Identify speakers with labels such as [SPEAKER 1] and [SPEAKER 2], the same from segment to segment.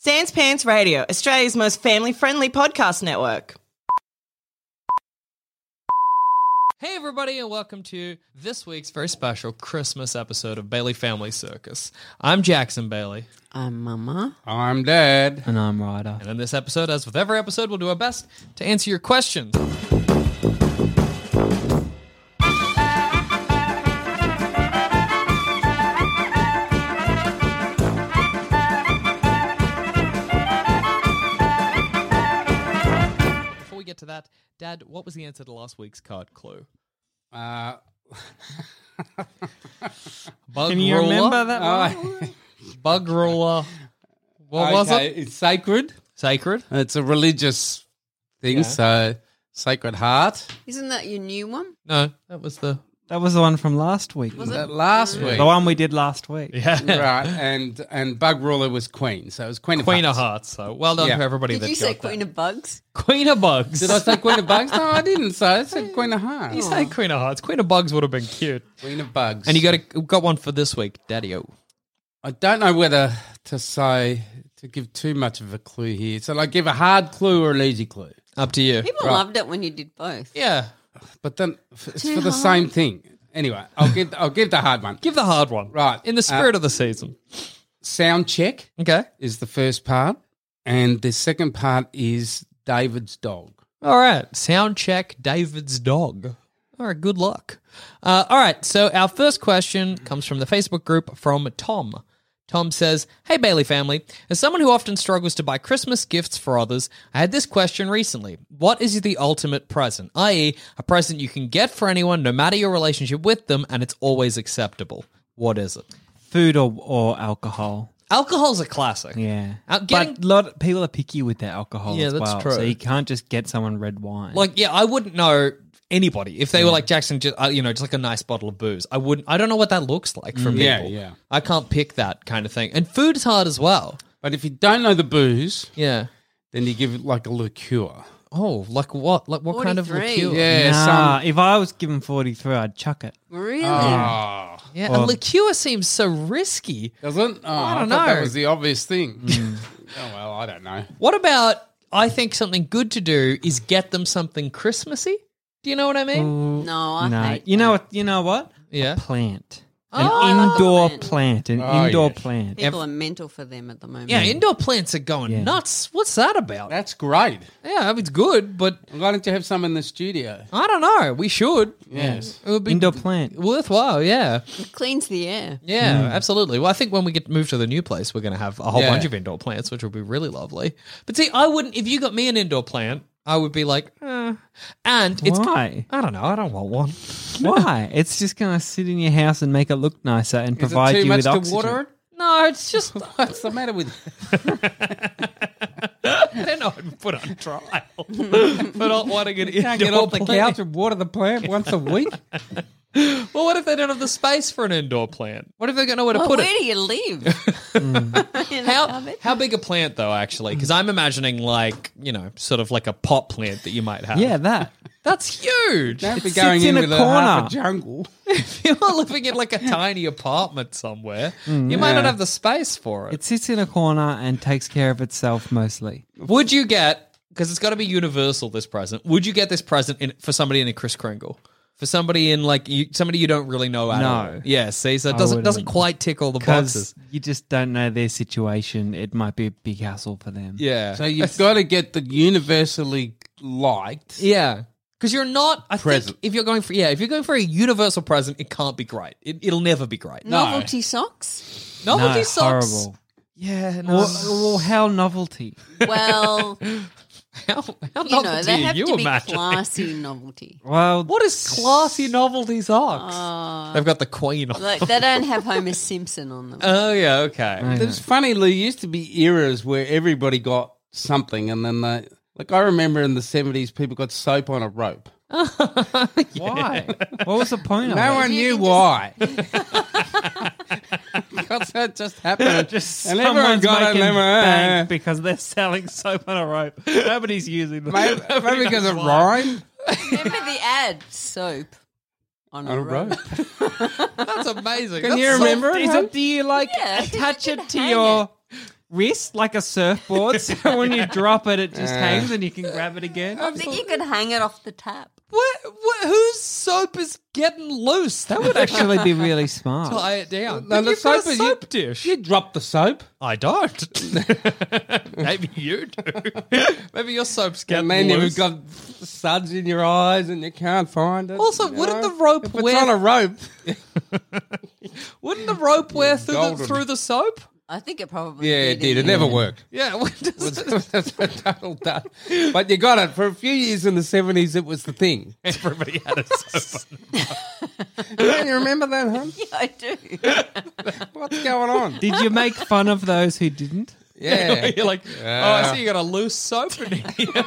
[SPEAKER 1] Sans Pants Radio, Australia's most family friendly podcast network.
[SPEAKER 2] Hey, everybody, and welcome to this week's very special Christmas episode of Bailey Family Circus. I'm Jackson Bailey,
[SPEAKER 3] I'm Mama.
[SPEAKER 4] I'm dead.
[SPEAKER 5] And I'm Ryder.
[SPEAKER 2] and in this episode, as with every episode, we'll do our best to answer your questions. Before we get to that, Dad, what was the answer to last week's card clue?
[SPEAKER 4] Uh,
[SPEAKER 2] Bug
[SPEAKER 5] Can you
[SPEAKER 2] ruler?
[SPEAKER 5] remember that
[SPEAKER 4] Ah.
[SPEAKER 5] one?
[SPEAKER 4] I-
[SPEAKER 2] Bug ruler. What was
[SPEAKER 4] okay,
[SPEAKER 2] it?
[SPEAKER 4] It's sacred.
[SPEAKER 2] Sacred.
[SPEAKER 4] It's a religious thing. So, Sacred Heart.
[SPEAKER 3] Isn't that your new one?
[SPEAKER 2] No, that was the
[SPEAKER 5] That was the one from last week.
[SPEAKER 4] That last week,
[SPEAKER 5] The one we did last week.
[SPEAKER 2] yeah.
[SPEAKER 4] right? And and Bug Ruler was Queen, so it was Queen of
[SPEAKER 2] Queen of
[SPEAKER 4] Hearts.
[SPEAKER 2] Hearts. So well done
[SPEAKER 4] Yeah.
[SPEAKER 2] to everybody
[SPEAKER 3] Did
[SPEAKER 2] that
[SPEAKER 3] you say
[SPEAKER 2] got that.
[SPEAKER 3] Queen of Bugs?
[SPEAKER 2] Queen of Bugs.
[SPEAKER 4] Did I say Queen of Bugs? No, I didn't. So I said Queen of
[SPEAKER 2] you
[SPEAKER 4] Hearts.
[SPEAKER 2] say Queen of Hearts? Queen of Bugs would have been cute.
[SPEAKER 4] Queen of Bugs.
[SPEAKER 2] And you got a, got one for this week, Daddy O.
[SPEAKER 4] I don't know whether to say to give too much of a clue here. So like, give a hard clue or an easy clue.
[SPEAKER 2] Up to you.
[SPEAKER 3] People loved it when you did both.
[SPEAKER 2] Yeah.
[SPEAKER 4] But then f- it's for the same thing. Anyway, I'll give I'll give the hard one.
[SPEAKER 2] Give the hard one.
[SPEAKER 4] Right.
[SPEAKER 2] In the spirit of the season.
[SPEAKER 4] Sound check.
[SPEAKER 2] Okay.
[SPEAKER 4] is the first part, and the second part is David's dog.
[SPEAKER 2] All right. Sound check David's dog. All right. Good luck. Uh, all right. So, our first question comes from the Facebook group from Tom. Tom says, Hey, Bailey family. As someone who often struggles to buy Christmas gifts for others, I had this question recently. What is the ultimate present? I.e., a present you can get for anyone, no matter your relationship with them, and it's always acceptable. What is it?
[SPEAKER 5] Food or, or alcohol.
[SPEAKER 2] Alcohol's a classic.
[SPEAKER 5] Yeah.
[SPEAKER 2] Uh, getting-
[SPEAKER 5] But a lot of people are picky with their alcohol
[SPEAKER 2] Yeah,
[SPEAKER 5] as
[SPEAKER 2] that's
[SPEAKER 5] well.
[SPEAKER 2] true.
[SPEAKER 5] So you can't just get someone red wine.
[SPEAKER 2] Like, yeah, I wouldn't know anybody if they were like Jackson, just, uh, you know, just like a nice bottle of booze. I wouldn't. I don't know what that looks like for
[SPEAKER 4] Yeah,
[SPEAKER 2] people.
[SPEAKER 4] yeah.
[SPEAKER 2] I can't pick that kind of thing. And food's hard as well.
[SPEAKER 4] But if you don't know the booze,
[SPEAKER 2] Yeah.
[SPEAKER 4] then you give it like a liqueur.
[SPEAKER 2] Oh, like what? Like what kind of
[SPEAKER 3] 43.
[SPEAKER 2] liqueur?
[SPEAKER 4] Yeah,
[SPEAKER 5] nah,
[SPEAKER 4] some.
[SPEAKER 5] if I was given 43, I'd chuck it.
[SPEAKER 3] Really?
[SPEAKER 4] Oh,
[SPEAKER 2] Yeah, and liqueur seems so risky.
[SPEAKER 4] doesn't? Oh, I
[SPEAKER 2] don't
[SPEAKER 4] thought
[SPEAKER 2] know.
[SPEAKER 4] That was the obvious thing.
[SPEAKER 5] Hmm.
[SPEAKER 4] oh well, I don't know.
[SPEAKER 2] What about? I think something good to do is get them something Christmassy. Do you know what I mean?
[SPEAKER 3] No, I
[SPEAKER 5] No.
[SPEAKER 3] hate
[SPEAKER 5] You know what? You know what?
[SPEAKER 2] Yeah.
[SPEAKER 5] A plant.
[SPEAKER 2] Oh,
[SPEAKER 5] An indoor
[SPEAKER 3] plant.
[SPEAKER 5] plant. An
[SPEAKER 4] Oh,
[SPEAKER 5] indoor
[SPEAKER 4] yes.
[SPEAKER 5] plant.
[SPEAKER 3] people are mental for them at the moment.
[SPEAKER 2] Yeah, indoor plants are going nuts. What's that about?
[SPEAKER 4] That's great.
[SPEAKER 2] yeah, I mean, it's good, but
[SPEAKER 4] Why don't you have some in the studio?
[SPEAKER 2] I don't know. We should.
[SPEAKER 4] Yes.
[SPEAKER 2] It would be
[SPEAKER 5] Indoor plant.
[SPEAKER 2] worthwhile. Yeah.
[SPEAKER 3] It cleans the air.
[SPEAKER 2] Yeah,
[SPEAKER 5] Hmm.
[SPEAKER 2] absolutely. Well, I think when we get moved to the new place, we're going to have a whole
[SPEAKER 4] Yeah.
[SPEAKER 2] bunch of indoor plants, which will be really lovely. But see, I wouldn't. If you got me an indoor plant, I would be like, eh. and it's
[SPEAKER 5] Why?
[SPEAKER 2] I don't know. I don't want one.
[SPEAKER 5] Why? It's just going to sit in your house and make it look nicer and
[SPEAKER 4] Is
[SPEAKER 5] provide
[SPEAKER 4] it too
[SPEAKER 5] you
[SPEAKER 4] much
[SPEAKER 5] with
[SPEAKER 4] to
[SPEAKER 5] oxygen.
[SPEAKER 4] water it?
[SPEAKER 2] No, it's just
[SPEAKER 4] What's the matter with?
[SPEAKER 2] then I would put on trial for not wanting an
[SPEAKER 4] Can't
[SPEAKER 2] indoor
[SPEAKER 4] get off the
[SPEAKER 2] plant.
[SPEAKER 4] couch and water the plant once a week.
[SPEAKER 2] Well, what if they don't have the space for an indoor plant? What if they don't know where to
[SPEAKER 3] Well,
[SPEAKER 2] put
[SPEAKER 3] where
[SPEAKER 2] it?
[SPEAKER 3] do you live? In the
[SPEAKER 2] How,
[SPEAKER 3] cupboard?
[SPEAKER 2] how big a plant though? Actually, because I'm imagining like you know, sort of like a pot plant that you might have.
[SPEAKER 5] Yeah, that.
[SPEAKER 2] that's huge.
[SPEAKER 4] Don't be
[SPEAKER 5] It
[SPEAKER 4] going
[SPEAKER 5] sits
[SPEAKER 4] in,
[SPEAKER 5] in a
[SPEAKER 4] with a, half
[SPEAKER 5] corner.
[SPEAKER 4] a jungle.
[SPEAKER 2] you're living in like a tiny apartment somewhere,
[SPEAKER 5] Mm,
[SPEAKER 2] you might not have the space for it.
[SPEAKER 5] It sits in a corner and takes care of itself mostly.
[SPEAKER 2] would you get? Because it's got to be universal. This present. Would you get this present in, for somebody in a Kris Kringle? For somebody in like you, somebody you don't really know at
[SPEAKER 5] No.
[SPEAKER 2] all. Yeah. See, so it
[SPEAKER 5] I
[SPEAKER 2] doesn't doesn't
[SPEAKER 5] wouldn't.
[SPEAKER 2] quite tick all the
[SPEAKER 5] Because
[SPEAKER 2] boxes.
[SPEAKER 5] you just don't know their situation. It might be a big hassle for them.
[SPEAKER 2] Yeah.
[SPEAKER 4] So you've got to get the universally liked.
[SPEAKER 2] yeah. Because you're not. I
[SPEAKER 4] Present.
[SPEAKER 2] think if you're going for yeah, if you're going for a universal present, it can't be great. It, it'll never be great.
[SPEAKER 3] Novelty socks?
[SPEAKER 2] Novelty
[SPEAKER 5] no,
[SPEAKER 2] socks.
[SPEAKER 5] horrible.
[SPEAKER 2] Yeah. Oh, No.
[SPEAKER 5] Or, or how novelty.
[SPEAKER 3] Well, you
[SPEAKER 2] how how
[SPEAKER 3] know,
[SPEAKER 2] novelty
[SPEAKER 3] they
[SPEAKER 2] are
[SPEAKER 3] have
[SPEAKER 2] you
[SPEAKER 3] to be
[SPEAKER 2] imagining?
[SPEAKER 3] classy novelty.
[SPEAKER 5] Well,
[SPEAKER 2] What is classy novelty socks?
[SPEAKER 4] Ah.
[SPEAKER 2] They've got the queen on.
[SPEAKER 3] Like, they don't have Homer Simpson on them.
[SPEAKER 2] oh yeah, okay.
[SPEAKER 4] It's funny, Lou. Used to be eras where everybody got something, and then they like I remember in the seventies, people got soap on a rope.
[SPEAKER 5] why? what was the point of
[SPEAKER 4] No
[SPEAKER 5] it?
[SPEAKER 4] one
[SPEAKER 3] you
[SPEAKER 4] knew
[SPEAKER 3] can
[SPEAKER 4] why. Because that just happened.
[SPEAKER 5] Just
[SPEAKER 4] and everyone
[SPEAKER 5] someone's
[SPEAKER 4] got it.
[SPEAKER 5] making
[SPEAKER 4] and
[SPEAKER 5] bank
[SPEAKER 4] everyone, eh,
[SPEAKER 5] because they're selling soap on a rope. Nobody's using them.
[SPEAKER 4] Maybe, maybe because it rhymed
[SPEAKER 3] Remember the ad? Soap on a,
[SPEAKER 4] on a
[SPEAKER 3] rope.
[SPEAKER 4] rope.
[SPEAKER 2] That's amazing.
[SPEAKER 4] Can you remember it?
[SPEAKER 5] Is
[SPEAKER 4] huh?
[SPEAKER 5] it, do you like
[SPEAKER 3] Yeah, you
[SPEAKER 5] attach
[SPEAKER 3] can
[SPEAKER 5] it to
[SPEAKER 3] hang
[SPEAKER 5] your wrist like a surfboard, so when you drop it, it just hangs and you can grab it again.
[SPEAKER 3] I think you could hang it off the tap.
[SPEAKER 2] What, what? Whose soap is getting loose? That would actually
[SPEAKER 5] Actually, be really smart.
[SPEAKER 2] tie it down.
[SPEAKER 4] No,
[SPEAKER 2] You've
[SPEAKER 4] the
[SPEAKER 2] got a
[SPEAKER 4] soap is-
[SPEAKER 2] soap dish.
[SPEAKER 4] You dropped the soap.
[SPEAKER 2] I don't. Maybe you do. Maybe your soap's
[SPEAKER 4] And
[SPEAKER 2] getting
[SPEAKER 4] then you've
[SPEAKER 2] loose.
[SPEAKER 4] got suds in your eyes and you can't find it.
[SPEAKER 2] Also,
[SPEAKER 4] you
[SPEAKER 2] wouldn't
[SPEAKER 4] know?
[SPEAKER 2] the rope
[SPEAKER 4] If
[SPEAKER 2] wear-
[SPEAKER 4] it's on a rope.
[SPEAKER 2] Wouldn't the rope wear through the,
[SPEAKER 4] golden.
[SPEAKER 2] through the soap?
[SPEAKER 3] I think it probably
[SPEAKER 4] Yeah, it did. It never worked.
[SPEAKER 2] Yeah. what does it-
[SPEAKER 4] That's a total dud. But you got it. For a few years in the 70s, it was the thing.
[SPEAKER 2] Everybody had a soap.
[SPEAKER 4] Don't you remember that, huh?
[SPEAKER 3] Yeah, I do.
[SPEAKER 4] What's going on?
[SPEAKER 5] Did you make fun of those who didn't?
[SPEAKER 4] Yeah.
[SPEAKER 2] You're like, oh, I see you got a loose soap in here.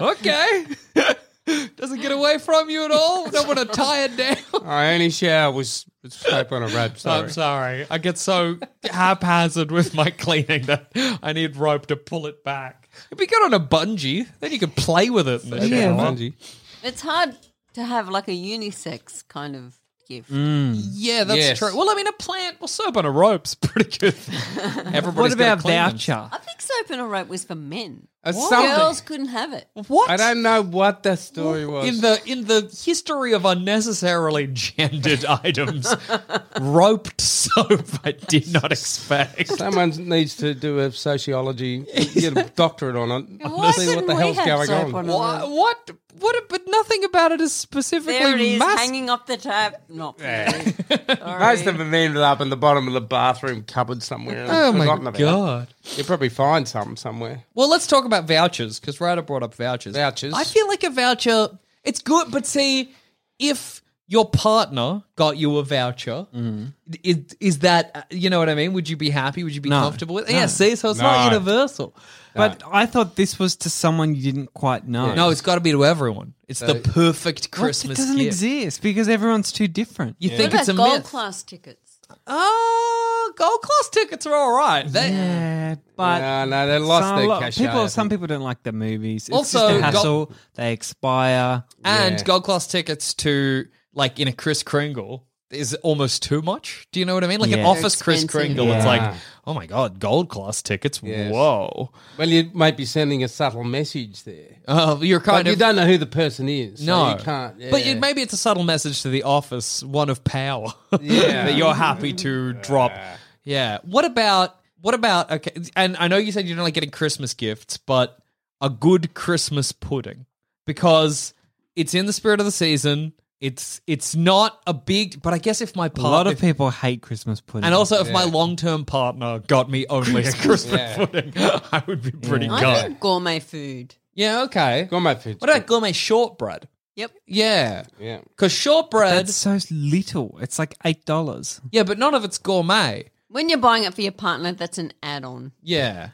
[SPEAKER 2] okay. Doesn't get away from you at all. Don't want to tie it down.
[SPEAKER 4] I only shower was was soap on a rope. Sorry.
[SPEAKER 2] I'm sorry. I get so haphazard with my cleaning that I need rope to pull it back. If you get on a bungee, then you can play with it in the
[SPEAKER 5] Yeah.
[SPEAKER 2] shower.
[SPEAKER 4] Bungee.
[SPEAKER 3] It's hard to have like a unisex kind of gift.
[SPEAKER 4] Mm.
[SPEAKER 2] Yeah, that's
[SPEAKER 4] Yes.
[SPEAKER 2] true. Well, I mean, a plant, well, soap on a rope's pretty good.
[SPEAKER 5] What
[SPEAKER 2] Everybody's gotta
[SPEAKER 5] about
[SPEAKER 2] clean them.
[SPEAKER 5] voucher?
[SPEAKER 3] I think soap and a rope was for men.
[SPEAKER 4] It's
[SPEAKER 3] Girls
[SPEAKER 4] something.
[SPEAKER 3] couldn't have it.
[SPEAKER 2] What?
[SPEAKER 4] I don't know what the story was.
[SPEAKER 2] in the in the history of unnecessarily gendered items, roped soap I did not expect.
[SPEAKER 4] Someone needs to do a sociology, get a doctorate on it,
[SPEAKER 3] Why
[SPEAKER 4] see what
[SPEAKER 3] couldn't
[SPEAKER 4] the
[SPEAKER 3] we
[SPEAKER 4] hell's
[SPEAKER 3] have
[SPEAKER 4] going
[SPEAKER 3] soap on
[SPEAKER 4] on.
[SPEAKER 3] a
[SPEAKER 2] Wha-
[SPEAKER 3] rope?
[SPEAKER 2] What? What? But nothing about it is
[SPEAKER 3] There it
[SPEAKER 2] specifically
[SPEAKER 3] is,
[SPEAKER 2] mas-
[SPEAKER 3] hanging off the tap. Not for me.
[SPEAKER 4] Most
[SPEAKER 3] Sorry.
[SPEAKER 4] of them ended up in the bottom of the bathroom cupboard somewhere. and
[SPEAKER 2] Oh my
[SPEAKER 4] forgotten about.
[SPEAKER 2] god!
[SPEAKER 4] You probably find some somewhere.
[SPEAKER 2] Well, let's talk about vouchers because Ryder brought up vouchers.
[SPEAKER 4] Vouchers.
[SPEAKER 2] I feel like a voucher. It's good, but see, if your partner got you a voucher,
[SPEAKER 5] Mm-hmm.
[SPEAKER 2] is, is that you know what I mean? Would you be happy? Would you be
[SPEAKER 5] No.
[SPEAKER 2] comfortable with? it?
[SPEAKER 5] No.
[SPEAKER 2] Yeah. See, so it's not
[SPEAKER 4] No.
[SPEAKER 2] universal.
[SPEAKER 5] But I thought this was to someone you didn't quite know.
[SPEAKER 2] No, it's got to be to everyone. It's the perfect
[SPEAKER 5] What?
[SPEAKER 2] Christmas
[SPEAKER 5] It doesn't
[SPEAKER 2] gift.
[SPEAKER 5] exist because everyone's too different.
[SPEAKER 2] You think
[SPEAKER 3] What
[SPEAKER 2] it's a
[SPEAKER 3] about gold
[SPEAKER 2] myth?
[SPEAKER 3] class tickets?
[SPEAKER 2] Oh, gold class tickets are all right. They,
[SPEAKER 5] Yeah, but
[SPEAKER 4] no, no, they lost
[SPEAKER 5] some,
[SPEAKER 4] their
[SPEAKER 5] a lot-
[SPEAKER 4] cachet.
[SPEAKER 5] people, some people don't like the movies. It's
[SPEAKER 2] Also,
[SPEAKER 5] just a
[SPEAKER 2] got-
[SPEAKER 5] hassle. they expire.
[SPEAKER 2] And
[SPEAKER 4] Yeah.
[SPEAKER 2] gold class tickets to like in a Chris Kringle is almost too much. Do you know what I mean? Like an
[SPEAKER 5] Yeah.
[SPEAKER 2] office Chris
[SPEAKER 3] expensive.
[SPEAKER 2] Kringle, it's
[SPEAKER 4] Yeah.
[SPEAKER 2] like, oh my god, gold class tickets.
[SPEAKER 4] Yes.
[SPEAKER 2] Whoa.
[SPEAKER 4] well, you might be sending a subtle message there.
[SPEAKER 2] Uh, you're
[SPEAKER 4] But
[SPEAKER 2] kind
[SPEAKER 4] you
[SPEAKER 2] of
[SPEAKER 4] don't know who the person is. so
[SPEAKER 2] no,
[SPEAKER 4] you can't. Yeah.
[SPEAKER 2] But you, maybe it's a subtle message to the office, one of power,
[SPEAKER 4] Yeah.
[SPEAKER 2] that you're happy to drop. Yeah. What about what about okay? And I know you said you don't like getting Christmas gifts, but a good Christmas pudding because it's in the spirit of the season. It's it's not a big, but I guess if my
[SPEAKER 5] A lot
[SPEAKER 2] partner
[SPEAKER 5] of people hate Christmas pudding.
[SPEAKER 2] and also if my long term partner got me only a Christmas pudding, I would be
[SPEAKER 4] Oh,
[SPEAKER 2] pretty
[SPEAKER 5] Yeah.
[SPEAKER 2] yeah.
[SPEAKER 3] I think gourmet food.
[SPEAKER 2] Yeah. Okay.
[SPEAKER 4] Got my food.
[SPEAKER 2] What about gourmet shortbread?
[SPEAKER 3] Yep.
[SPEAKER 2] Yeah,
[SPEAKER 4] Yeah.
[SPEAKER 2] because shortbread.
[SPEAKER 5] that's so little. It's like eight dollars.
[SPEAKER 2] Yeah, but none of it's gourmet.
[SPEAKER 3] When you're buying it for your partner, that's an add-on.
[SPEAKER 2] Yeah.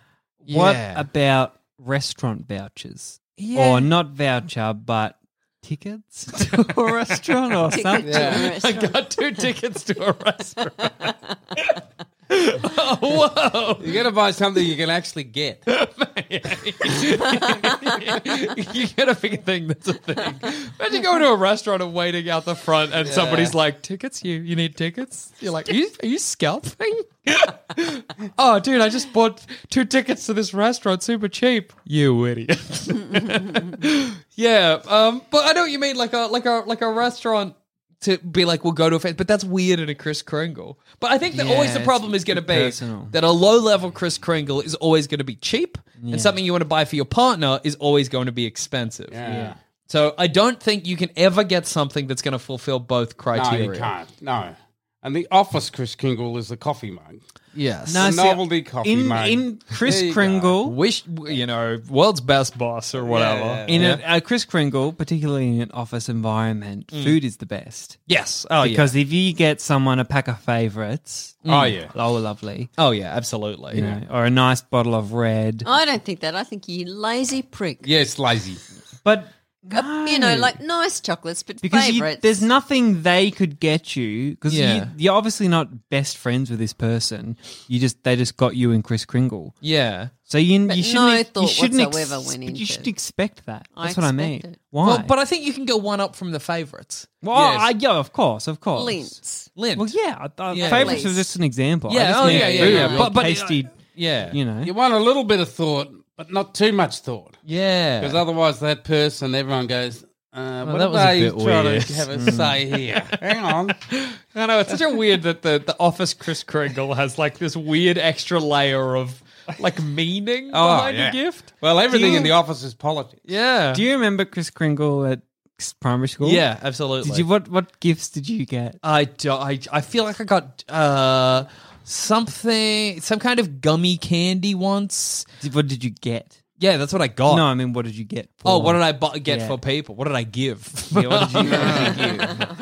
[SPEAKER 2] Yeah.
[SPEAKER 5] What about restaurant vouchers?
[SPEAKER 2] Yeah.
[SPEAKER 5] Or not voucher, but tickets to a restaurant or something.
[SPEAKER 4] Yeah.
[SPEAKER 2] I got two tickets to a restaurant. oh,
[SPEAKER 4] You got to buy something you can actually get.
[SPEAKER 2] whoa. you get a big thing that's a thing. Imagine going to a restaurant and waiting out the front and somebody's like, tickets? You you need tickets? You're like, are you, are you scalping? oh, dude, I just bought two tickets to this restaurant super cheap. You idiot. yeah, um, but I know what you mean, like a like a like a restaurant to be like, we'll go to a fest, but that's weird in a Chris Kringle. But I think that
[SPEAKER 5] Yeah,
[SPEAKER 2] always the
[SPEAKER 5] it's
[SPEAKER 2] problem is going to be
[SPEAKER 5] personal.
[SPEAKER 2] that a low level Chris Kringle is always going to be cheap, and something you want to buy for your partner is always going to be expensive.
[SPEAKER 4] Yeah.
[SPEAKER 2] So I don't think you can ever get something that's going to fulfill both
[SPEAKER 4] No,
[SPEAKER 2] criteria.
[SPEAKER 4] you can't. No. And the office Chris Kingle is the coffee mug.
[SPEAKER 2] Yes.
[SPEAKER 5] No,
[SPEAKER 4] The
[SPEAKER 5] see,
[SPEAKER 4] novelty coffee
[SPEAKER 5] in,
[SPEAKER 4] mug. There
[SPEAKER 5] in Chris
[SPEAKER 4] you
[SPEAKER 5] Kringle,
[SPEAKER 2] Wish you know world's best boss or whatever.
[SPEAKER 4] yeah,
[SPEAKER 5] in a, a Chris Kringle, particularly in an office environment,
[SPEAKER 4] Mm.
[SPEAKER 5] food is the best.
[SPEAKER 2] yes. Oh yeah.
[SPEAKER 5] Because if you get someone a pack of favorites,
[SPEAKER 4] Oh, yeah.
[SPEAKER 5] oh lovely,
[SPEAKER 2] Oh yeah. Absolutely.
[SPEAKER 5] you know, or a nice bottle of red.
[SPEAKER 3] I don't think that. I think you lazy prick.
[SPEAKER 4] Yes, lazy.
[SPEAKER 5] But
[SPEAKER 3] uh, you know, like nice chocolates, but
[SPEAKER 5] because you-
[SPEAKER 3] favorites.
[SPEAKER 5] there's nothing they could get you because
[SPEAKER 2] Yeah.
[SPEAKER 5] you, are obviously not best friends with this person. You just they just got you and Chris Kringle,
[SPEAKER 2] Yeah.
[SPEAKER 5] so you
[SPEAKER 3] But
[SPEAKER 5] you
[SPEAKER 3] no
[SPEAKER 5] shouldn't you
[SPEAKER 3] thought
[SPEAKER 5] shouldn't
[SPEAKER 3] whatsoever
[SPEAKER 5] ex-
[SPEAKER 3] went
[SPEAKER 5] but you
[SPEAKER 3] into
[SPEAKER 5] should
[SPEAKER 3] it.
[SPEAKER 5] expect that.
[SPEAKER 3] I
[SPEAKER 5] That's what I mean.
[SPEAKER 3] expect it.
[SPEAKER 5] Why?
[SPEAKER 2] Well, but I think you can go one up from the favorites.
[SPEAKER 5] Well,
[SPEAKER 2] Yes.
[SPEAKER 5] I, yeah, of course, of course.
[SPEAKER 3] Lints.
[SPEAKER 2] Lint.
[SPEAKER 5] Well, yeah, I- I-
[SPEAKER 2] Yeah.
[SPEAKER 5] favorites
[SPEAKER 3] Please.
[SPEAKER 5] is just an example. I
[SPEAKER 2] Yeah,
[SPEAKER 5] just
[SPEAKER 2] oh,
[SPEAKER 5] mean
[SPEAKER 2] yeah,
[SPEAKER 5] food,
[SPEAKER 2] yeah,
[SPEAKER 5] a
[SPEAKER 2] yeah.
[SPEAKER 5] real
[SPEAKER 2] But- but-
[SPEAKER 5] tasty,
[SPEAKER 2] yeah.
[SPEAKER 5] you know.
[SPEAKER 4] You want a little bit of thought, but not too much thought. Because
[SPEAKER 2] Yeah.
[SPEAKER 4] otherwise, that person, everyone goes, uh, what
[SPEAKER 2] that was a
[SPEAKER 4] are you
[SPEAKER 2] bit
[SPEAKER 4] trying
[SPEAKER 2] weird.
[SPEAKER 4] to have a say here? Mm. Hang on.
[SPEAKER 2] I know. It's such a weird that the, the office Chris Kringle has like this weird extra layer of like meaning
[SPEAKER 4] Oh,
[SPEAKER 2] behind
[SPEAKER 4] yeah.
[SPEAKER 2] a gift.
[SPEAKER 4] Well, everything
[SPEAKER 5] you-
[SPEAKER 4] in the office is politics.
[SPEAKER 2] Yeah.
[SPEAKER 5] Do you remember Chris Kringle at s- primary school?
[SPEAKER 2] yeah, absolutely.
[SPEAKER 5] Did you what what gifts did you get?
[SPEAKER 2] I, do, I, I feel like I got uh, something, some kind of gummy candy once.
[SPEAKER 5] Did, what did you get?
[SPEAKER 2] Yeah, that's what I got.
[SPEAKER 5] No, I mean what did you get? For?
[SPEAKER 2] Oh, what did I bu- get
[SPEAKER 5] Yeah.
[SPEAKER 2] for people? What did I give?
[SPEAKER 5] Yeah, what did you, what did you give?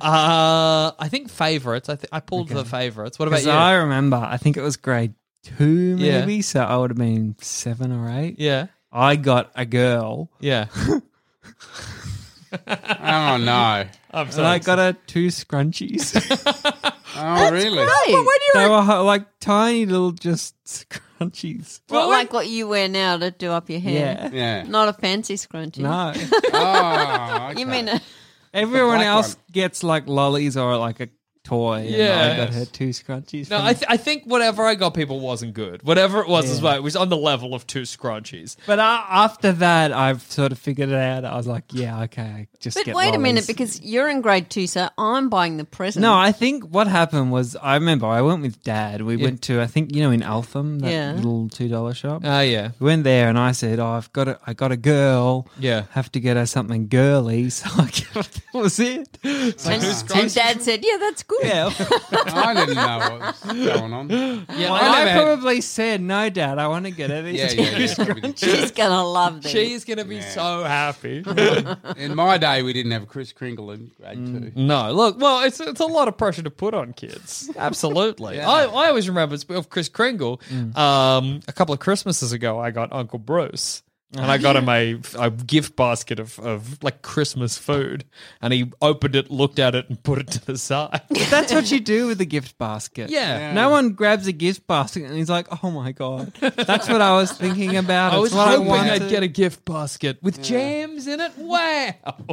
[SPEAKER 2] uh, I think favorites. I th- I pulled the favorites. What about
[SPEAKER 5] Because
[SPEAKER 2] you?
[SPEAKER 5] I remember, I think it was grade two,
[SPEAKER 2] Yeah.
[SPEAKER 5] maybe. So I would have been seven or eight.
[SPEAKER 2] yeah,
[SPEAKER 5] I got a girl,
[SPEAKER 2] yeah.
[SPEAKER 4] Oh, no.
[SPEAKER 2] I'm
[SPEAKER 5] and I got her two scrunchies.
[SPEAKER 4] Oh, really?
[SPEAKER 3] Right.
[SPEAKER 5] they were ho- like tiny little just scrunchies.
[SPEAKER 3] Well, like what you wear now to do up your hair.
[SPEAKER 5] Yeah.
[SPEAKER 4] Yeah.
[SPEAKER 3] Not a fancy scrunchie.
[SPEAKER 5] No,
[SPEAKER 4] Oh,
[SPEAKER 3] You
[SPEAKER 4] okay.
[SPEAKER 3] mean a,
[SPEAKER 5] everyone
[SPEAKER 4] black
[SPEAKER 5] else
[SPEAKER 4] one.
[SPEAKER 5] gets like lollies or like a toy. and I
[SPEAKER 2] Yeah.
[SPEAKER 5] got her two scrunchies.
[SPEAKER 2] No,
[SPEAKER 5] from-
[SPEAKER 2] I, th- I think whatever I got people wasn't good. Whatever it was, is well, it was on the level of two scrunchies.
[SPEAKER 5] but I, after that, I've sort of figured it out. I was like, yeah, okay, I just.
[SPEAKER 3] But
[SPEAKER 5] get
[SPEAKER 3] wait a minute,
[SPEAKER 5] lollies.
[SPEAKER 3] because you're in grade two, so I'm buying the present.
[SPEAKER 5] No, I think what happened was I remember I went with Dad. We went to I think you know in Altham that
[SPEAKER 3] Yeah.
[SPEAKER 5] little two dollar shop.
[SPEAKER 2] Oh, yeah.
[SPEAKER 5] We went there and I said, oh, I've got a, I got a girl.
[SPEAKER 2] Yeah.
[SPEAKER 5] have to get her something girly. So I got, that was it. It's like,
[SPEAKER 3] and, and Dad said, "Yeah, that's good."
[SPEAKER 5] yeah.
[SPEAKER 4] I didn't know what was going on. Yeah,
[SPEAKER 2] Yeah, I
[SPEAKER 5] I,
[SPEAKER 2] never had-
[SPEAKER 5] probably said, no, Dad, I want to get her these.
[SPEAKER 4] yeah,
[SPEAKER 5] two."
[SPEAKER 4] yeah, probably.
[SPEAKER 3] She's gonna love this.
[SPEAKER 2] She's gonna be so happy.
[SPEAKER 4] In my day, we didn't have Chris Kringle in grade two.
[SPEAKER 2] no, look, well, it's it's a lot of pressure to put on kids. Absolutely.
[SPEAKER 4] Yeah.
[SPEAKER 2] I, I always remember speaking of Chris Kringle.
[SPEAKER 5] Mm.
[SPEAKER 2] Um, a couple of Christmases ago, I got Uncle Bruce. And I got him a, a gift basket of, of like Christmas food, and he opened it, looked at it, and put it to the side.
[SPEAKER 5] That's what you do with a gift basket.
[SPEAKER 2] Yeah.
[SPEAKER 5] No one grabs a gift basket and he's like, oh my God. That's what I was thinking about.
[SPEAKER 2] I
[SPEAKER 5] It's
[SPEAKER 2] was
[SPEAKER 5] what
[SPEAKER 2] hoping
[SPEAKER 5] wanted.
[SPEAKER 2] I'd get a gift basket with jams in it. Wow.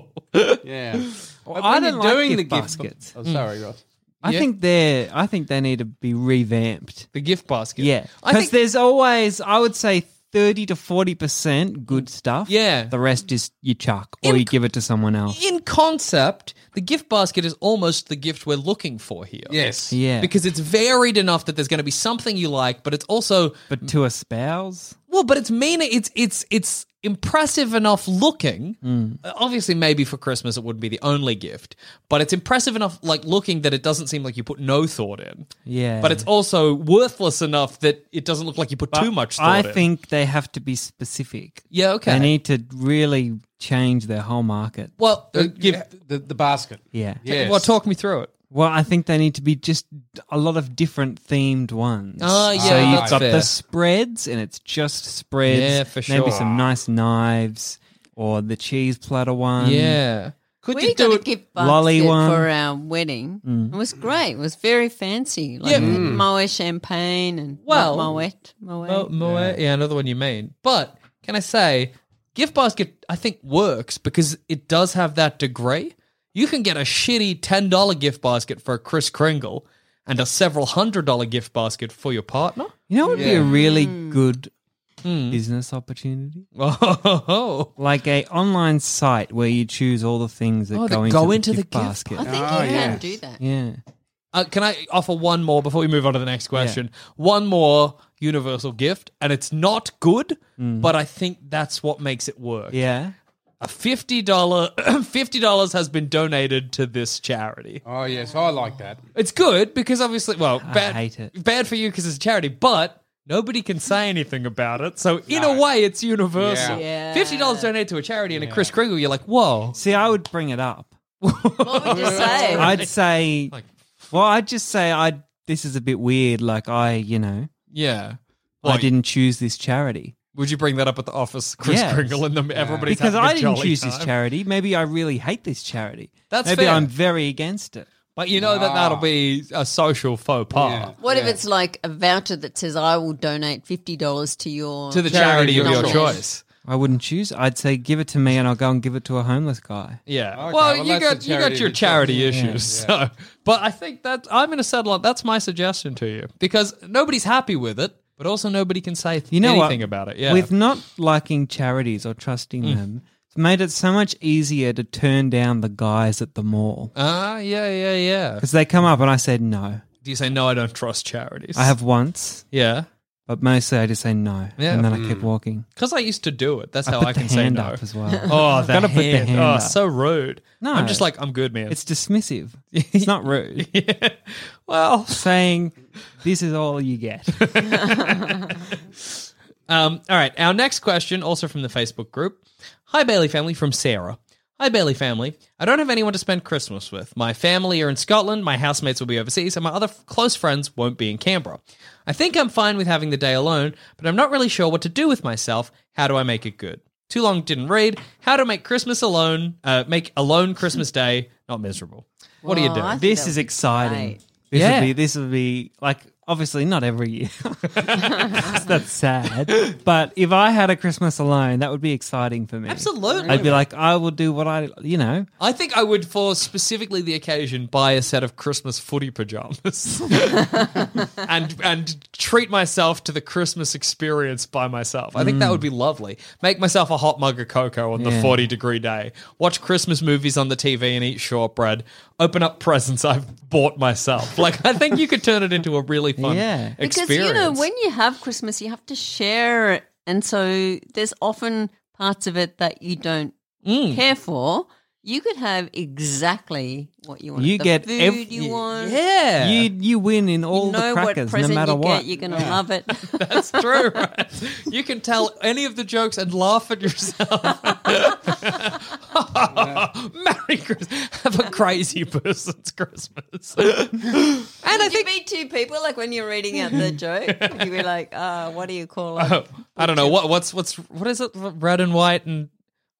[SPEAKER 4] Yeah. But
[SPEAKER 5] I
[SPEAKER 4] when
[SPEAKER 5] don't
[SPEAKER 4] you're
[SPEAKER 5] like gift
[SPEAKER 4] gift-
[SPEAKER 5] baskets.
[SPEAKER 4] Oh, sorry, Ross.
[SPEAKER 5] I
[SPEAKER 2] Yeah.
[SPEAKER 5] think they I think they need to be revamped.
[SPEAKER 2] the gift basket.
[SPEAKER 5] Yeah,
[SPEAKER 2] I
[SPEAKER 5] because
[SPEAKER 2] think
[SPEAKER 5] there's always I would say thirty to forty percent good stuff.
[SPEAKER 2] Yeah.
[SPEAKER 5] the rest is you chuck or you give it to someone else.
[SPEAKER 2] in concept, the gift basket is almost the gift we're looking for here.
[SPEAKER 4] Yes.
[SPEAKER 5] Yeah,
[SPEAKER 2] Because it's varied enough that there's going to be something you like, but it's also
[SPEAKER 5] but to a spouse,
[SPEAKER 2] well, but it's mean it's it's it's impressive enough looking.
[SPEAKER 5] Mm.
[SPEAKER 2] Uh, Obviously, maybe for Christmas it wouldn't be the only gift, but it's impressive enough like looking that it doesn't seem like you put no thought in.
[SPEAKER 5] yeah,
[SPEAKER 2] But it's also worthless enough that it doesn't look like you put
[SPEAKER 5] But
[SPEAKER 2] too much thought
[SPEAKER 5] I
[SPEAKER 2] in.
[SPEAKER 5] think they have to be specific.
[SPEAKER 2] Yeah, okay.
[SPEAKER 5] They need to really change their whole market.
[SPEAKER 2] well, uh,
[SPEAKER 4] The,
[SPEAKER 2] give
[SPEAKER 4] the, the basket.
[SPEAKER 5] Yeah.
[SPEAKER 4] Yes.
[SPEAKER 2] well, talk me through it.
[SPEAKER 5] Well, I think they need to be just a lot of different themed ones.
[SPEAKER 2] Oh, yeah,
[SPEAKER 5] so you've
[SPEAKER 2] that's
[SPEAKER 5] got
[SPEAKER 2] fair.
[SPEAKER 5] the spreads, and it's just spreads.
[SPEAKER 2] Yeah, for
[SPEAKER 5] Maybe
[SPEAKER 2] sure.
[SPEAKER 5] some nice knives or the cheese platter one.
[SPEAKER 2] yeah. Could
[SPEAKER 3] We got a gift basket
[SPEAKER 5] lolly one.
[SPEAKER 3] for our wedding. It was great. It was very fancy, like
[SPEAKER 2] Yeah.
[SPEAKER 3] Moët champagne and
[SPEAKER 2] Well-
[SPEAKER 3] Moet Moet.
[SPEAKER 2] Well, Moe, Oh, yeah. another one you mean. But can I say, gift basket I think works because it does have that degree. You can get a shitty ten dollar gift basket for a Chris Kringle and a several hundred dollar gift basket for your partner.
[SPEAKER 5] You know, it would be
[SPEAKER 4] Yeah.
[SPEAKER 5] a really
[SPEAKER 2] Hmm.
[SPEAKER 5] good business opportunity,
[SPEAKER 2] Oh,
[SPEAKER 5] like a online site where you choose all the things that,
[SPEAKER 2] Oh, that
[SPEAKER 5] go, into
[SPEAKER 2] go
[SPEAKER 5] the
[SPEAKER 2] into the
[SPEAKER 5] gift
[SPEAKER 2] gift
[SPEAKER 5] basket.
[SPEAKER 3] I think
[SPEAKER 4] Oh,
[SPEAKER 3] you can
[SPEAKER 4] yes.
[SPEAKER 3] do that.
[SPEAKER 5] Yeah,
[SPEAKER 2] uh, can I offer one more before we move on to the next question? One more universal gift, and it's not good, but I think that's what makes it work.
[SPEAKER 5] yeah.
[SPEAKER 2] a fifty dollar fifty dollars has been donated to this charity.
[SPEAKER 4] Oh, yes. I like that.
[SPEAKER 2] It's good because obviously, well, bad,
[SPEAKER 5] hate it.
[SPEAKER 2] bad for you because it's a charity, but nobody can say anything about it. So in a
[SPEAKER 4] No.
[SPEAKER 2] way, it's universal.
[SPEAKER 3] Yeah. Yeah.
[SPEAKER 2] Fifty dollars donated to a charity and a Chris Kringle, you're like, whoa,
[SPEAKER 5] See, I would bring it up.
[SPEAKER 3] What would you say?
[SPEAKER 5] I'd say,
[SPEAKER 2] Like-
[SPEAKER 5] well, I'd just say, I this is a bit weird. Like, I, you know,
[SPEAKER 2] yeah.
[SPEAKER 5] I didn't choose this charity.
[SPEAKER 2] Would you bring that up at the office, Chris
[SPEAKER 5] Yes.
[SPEAKER 2] Kringle, and them, everybody's
[SPEAKER 5] because
[SPEAKER 2] having a
[SPEAKER 5] I didn't
[SPEAKER 2] jolly
[SPEAKER 5] choose this
[SPEAKER 2] time?
[SPEAKER 5] charity. Maybe I really hate this charity.
[SPEAKER 2] That's
[SPEAKER 5] Maybe
[SPEAKER 2] fair.
[SPEAKER 5] I'm very against it.
[SPEAKER 2] But you know that that'll be a social faux pas.
[SPEAKER 4] Yeah.
[SPEAKER 3] What if it's like a voucher that says, I will donate $50 to your.
[SPEAKER 2] To the charity,
[SPEAKER 4] Charity
[SPEAKER 2] of your
[SPEAKER 4] of your
[SPEAKER 2] choice.
[SPEAKER 5] I wouldn't choose. I'd say give it to me, and I'll go and give it to a homeless guy.
[SPEAKER 2] Yeah.
[SPEAKER 4] Okay,
[SPEAKER 2] well,
[SPEAKER 4] well,
[SPEAKER 2] you
[SPEAKER 4] that's
[SPEAKER 2] got
[SPEAKER 4] the
[SPEAKER 2] you got
[SPEAKER 4] charity
[SPEAKER 2] your
[SPEAKER 4] that does
[SPEAKER 2] charity
[SPEAKER 4] it.
[SPEAKER 2] issues. So, but I think that I'm going to settle on that's my suggestion to you because nobody's happy with it, but also nobody can say
[SPEAKER 5] You know
[SPEAKER 2] anything
[SPEAKER 5] what?
[SPEAKER 2] about it. Yeah. Mm.
[SPEAKER 5] With not liking charities or trusting them, it's made it so much easier to turn down the guys at the mall
[SPEAKER 2] Ah, yeah, yeah, yeah.
[SPEAKER 5] because they come up and I said no.
[SPEAKER 2] Do you say no? I don't trust charities.
[SPEAKER 5] I have once,
[SPEAKER 2] Yeah.
[SPEAKER 5] but mostly I just say no,
[SPEAKER 2] Yeah.
[SPEAKER 5] and then I keep walking.
[SPEAKER 2] Because I used to do it. That's
[SPEAKER 5] I
[SPEAKER 2] how
[SPEAKER 5] put
[SPEAKER 2] I
[SPEAKER 5] the
[SPEAKER 2] can say
[SPEAKER 5] hand
[SPEAKER 2] no.
[SPEAKER 5] up as well.
[SPEAKER 2] Oh, that
[SPEAKER 5] Gotta put the
[SPEAKER 2] hand.
[SPEAKER 5] hand
[SPEAKER 2] oh,
[SPEAKER 5] up.
[SPEAKER 2] so rude.
[SPEAKER 5] No.
[SPEAKER 2] I'm just like I'm good, man.
[SPEAKER 5] It's dismissive. It's not rude.
[SPEAKER 2] yeah. Well,
[SPEAKER 5] Saying this is all you get.
[SPEAKER 2] Um, all right. Our next question, also from the Facebook group. Hi, Bailey family, from Sarah. Hi, Bailey family. I don't have anyone to spend Christmas with. My family are in Scotland, my housemates will be overseas, and my other f- close friends won't be in Canberra. I think I'm fine with having the day alone, but I'm not really sure what to do with myself. How do I make it good? Too long didn't read. How to make Christmas alone, uh, make alone Christmas Day not miserable. What do you
[SPEAKER 3] Well,
[SPEAKER 2] do?
[SPEAKER 3] I think
[SPEAKER 5] This
[SPEAKER 3] that
[SPEAKER 5] is
[SPEAKER 3] would be
[SPEAKER 5] exciting.
[SPEAKER 3] great.
[SPEAKER 5] This
[SPEAKER 2] Yeah.
[SPEAKER 5] will be this will be like obviously not every year. 'Cause that's sad. But if I had a Christmas alone, that would be exciting for me.
[SPEAKER 2] Absolutely.
[SPEAKER 5] I'd be like, I will do what I you know.
[SPEAKER 2] I think I would, for specifically the occasion, buy a set of Christmas footy pajamas and and treat myself to the Christmas experience by myself. I think that would be lovely. Make myself a hot mug of cocoa on the
[SPEAKER 5] Mm. Yeah.
[SPEAKER 2] forty degree day. Watch Christmas movies on the TV and eat shortbread. Open up presents I've bought myself. Like I think you could turn it into a really fun
[SPEAKER 5] Yeah.
[SPEAKER 2] experience.
[SPEAKER 3] Because, you know, when you have Christmas, you have to share it. And so there's often parts of it that you don't
[SPEAKER 5] Hmm.
[SPEAKER 2] Mm.
[SPEAKER 3] care for. You could have exactly what you want.
[SPEAKER 5] You
[SPEAKER 3] the
[SPEAKER 5] get
[SPEAKER 3] food
[SPEAKER 5] ev-
[SPEAKER 3] you
[SPEAKER 5] y-
[SPEAKER 3] want.
[SPEAKER 2] yeah,
[SPEAKER 5] You you win in all
[SPEAKER 3] You know
[SPEAKER 5] the
[SPEAKER 3] what
[SPEAKER 5] crackers, no
[SPEAKER 3] present
[SPEAKER 5] matter
[SPEAKER 3] you
[SPEAKER 5] what.
[SPEAKER 3] get, you're going to love it.
[SPEAKER 2] That's true. Right? You can tell any of the jokes and laugh at yourself. Merry Christmas. Have a crazy person's Christmas.
[SPEAKER 3] And I think you two people, like when you're reading out the joke, you'd be like, uh, what do you call it?
[SPEAKER 2] I don't know what what's what's what is it? Red and white and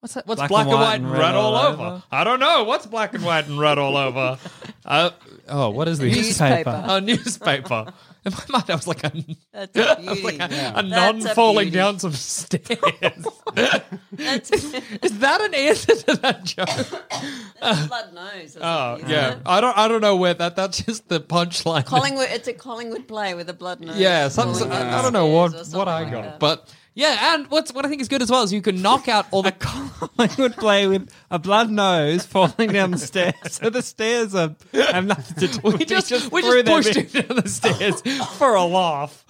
[SPEAKER 2] what's that? What's black, and white and, red, all, over? I don't know. What's black and white and red all over? Uh, oh, what is this?
[SPEAKER 5] Newspaper.
[SPEAKER 2] Oh, newspaper. In my mind, I was like a,
[SPEAKER 3] That's a
[SPEAKER 2] I was
[SPEAKER 3] beauty.
[SPEAKER 2] like a, a non
[SPEAKER 3] That's a
[SPEAKER 2] falling
[SPEAKER 3] beauty.
[SPEAKER 2] down some stairs.
[SPEAKER 3] That's
[SPEAKER 2] Is that an answer to that joke?
[SPEAKER 3] blood nose.
[SPEAKER 2] Oh yeah, I don't I don't know where that that's just the punchline.
[SPEAKER 3] Collingwood, it's a Collingwood play with a blood nose.
[SPEAKER 2] yeah, some,
[SPEAKER 3] Falling
[SPEAKER 2] I- I,
[SPEAKER 3] down
[SPEAKER 2] don't know
[SPEAKER 3] stairs
[SPEAKER 2] what what
[SPEAKER 3] or something
[SPEAKER 2] I
[SPEAKER 3] like
[SPEAKER 2] got,
[SPEAKER 3] that.
[SPEAKER 2] but yeah, and what's what I think is good as well is you can knock out all the
[SPEAKER 5] I would play with a blood nose falling down the stairs. So the stairs are have nothing to do with
[SPEAKER 2] we
[SPEAKER 5] it.
[SPEAKER 2] just, we
[SPEAKER 5] threw
[SPEAKER 2] just
[SPEAKER 5] them
[SPEAKER 2] pushed
[SPEAKER 5] in.
[SPEAKER 2] him down the stairs for a laugh.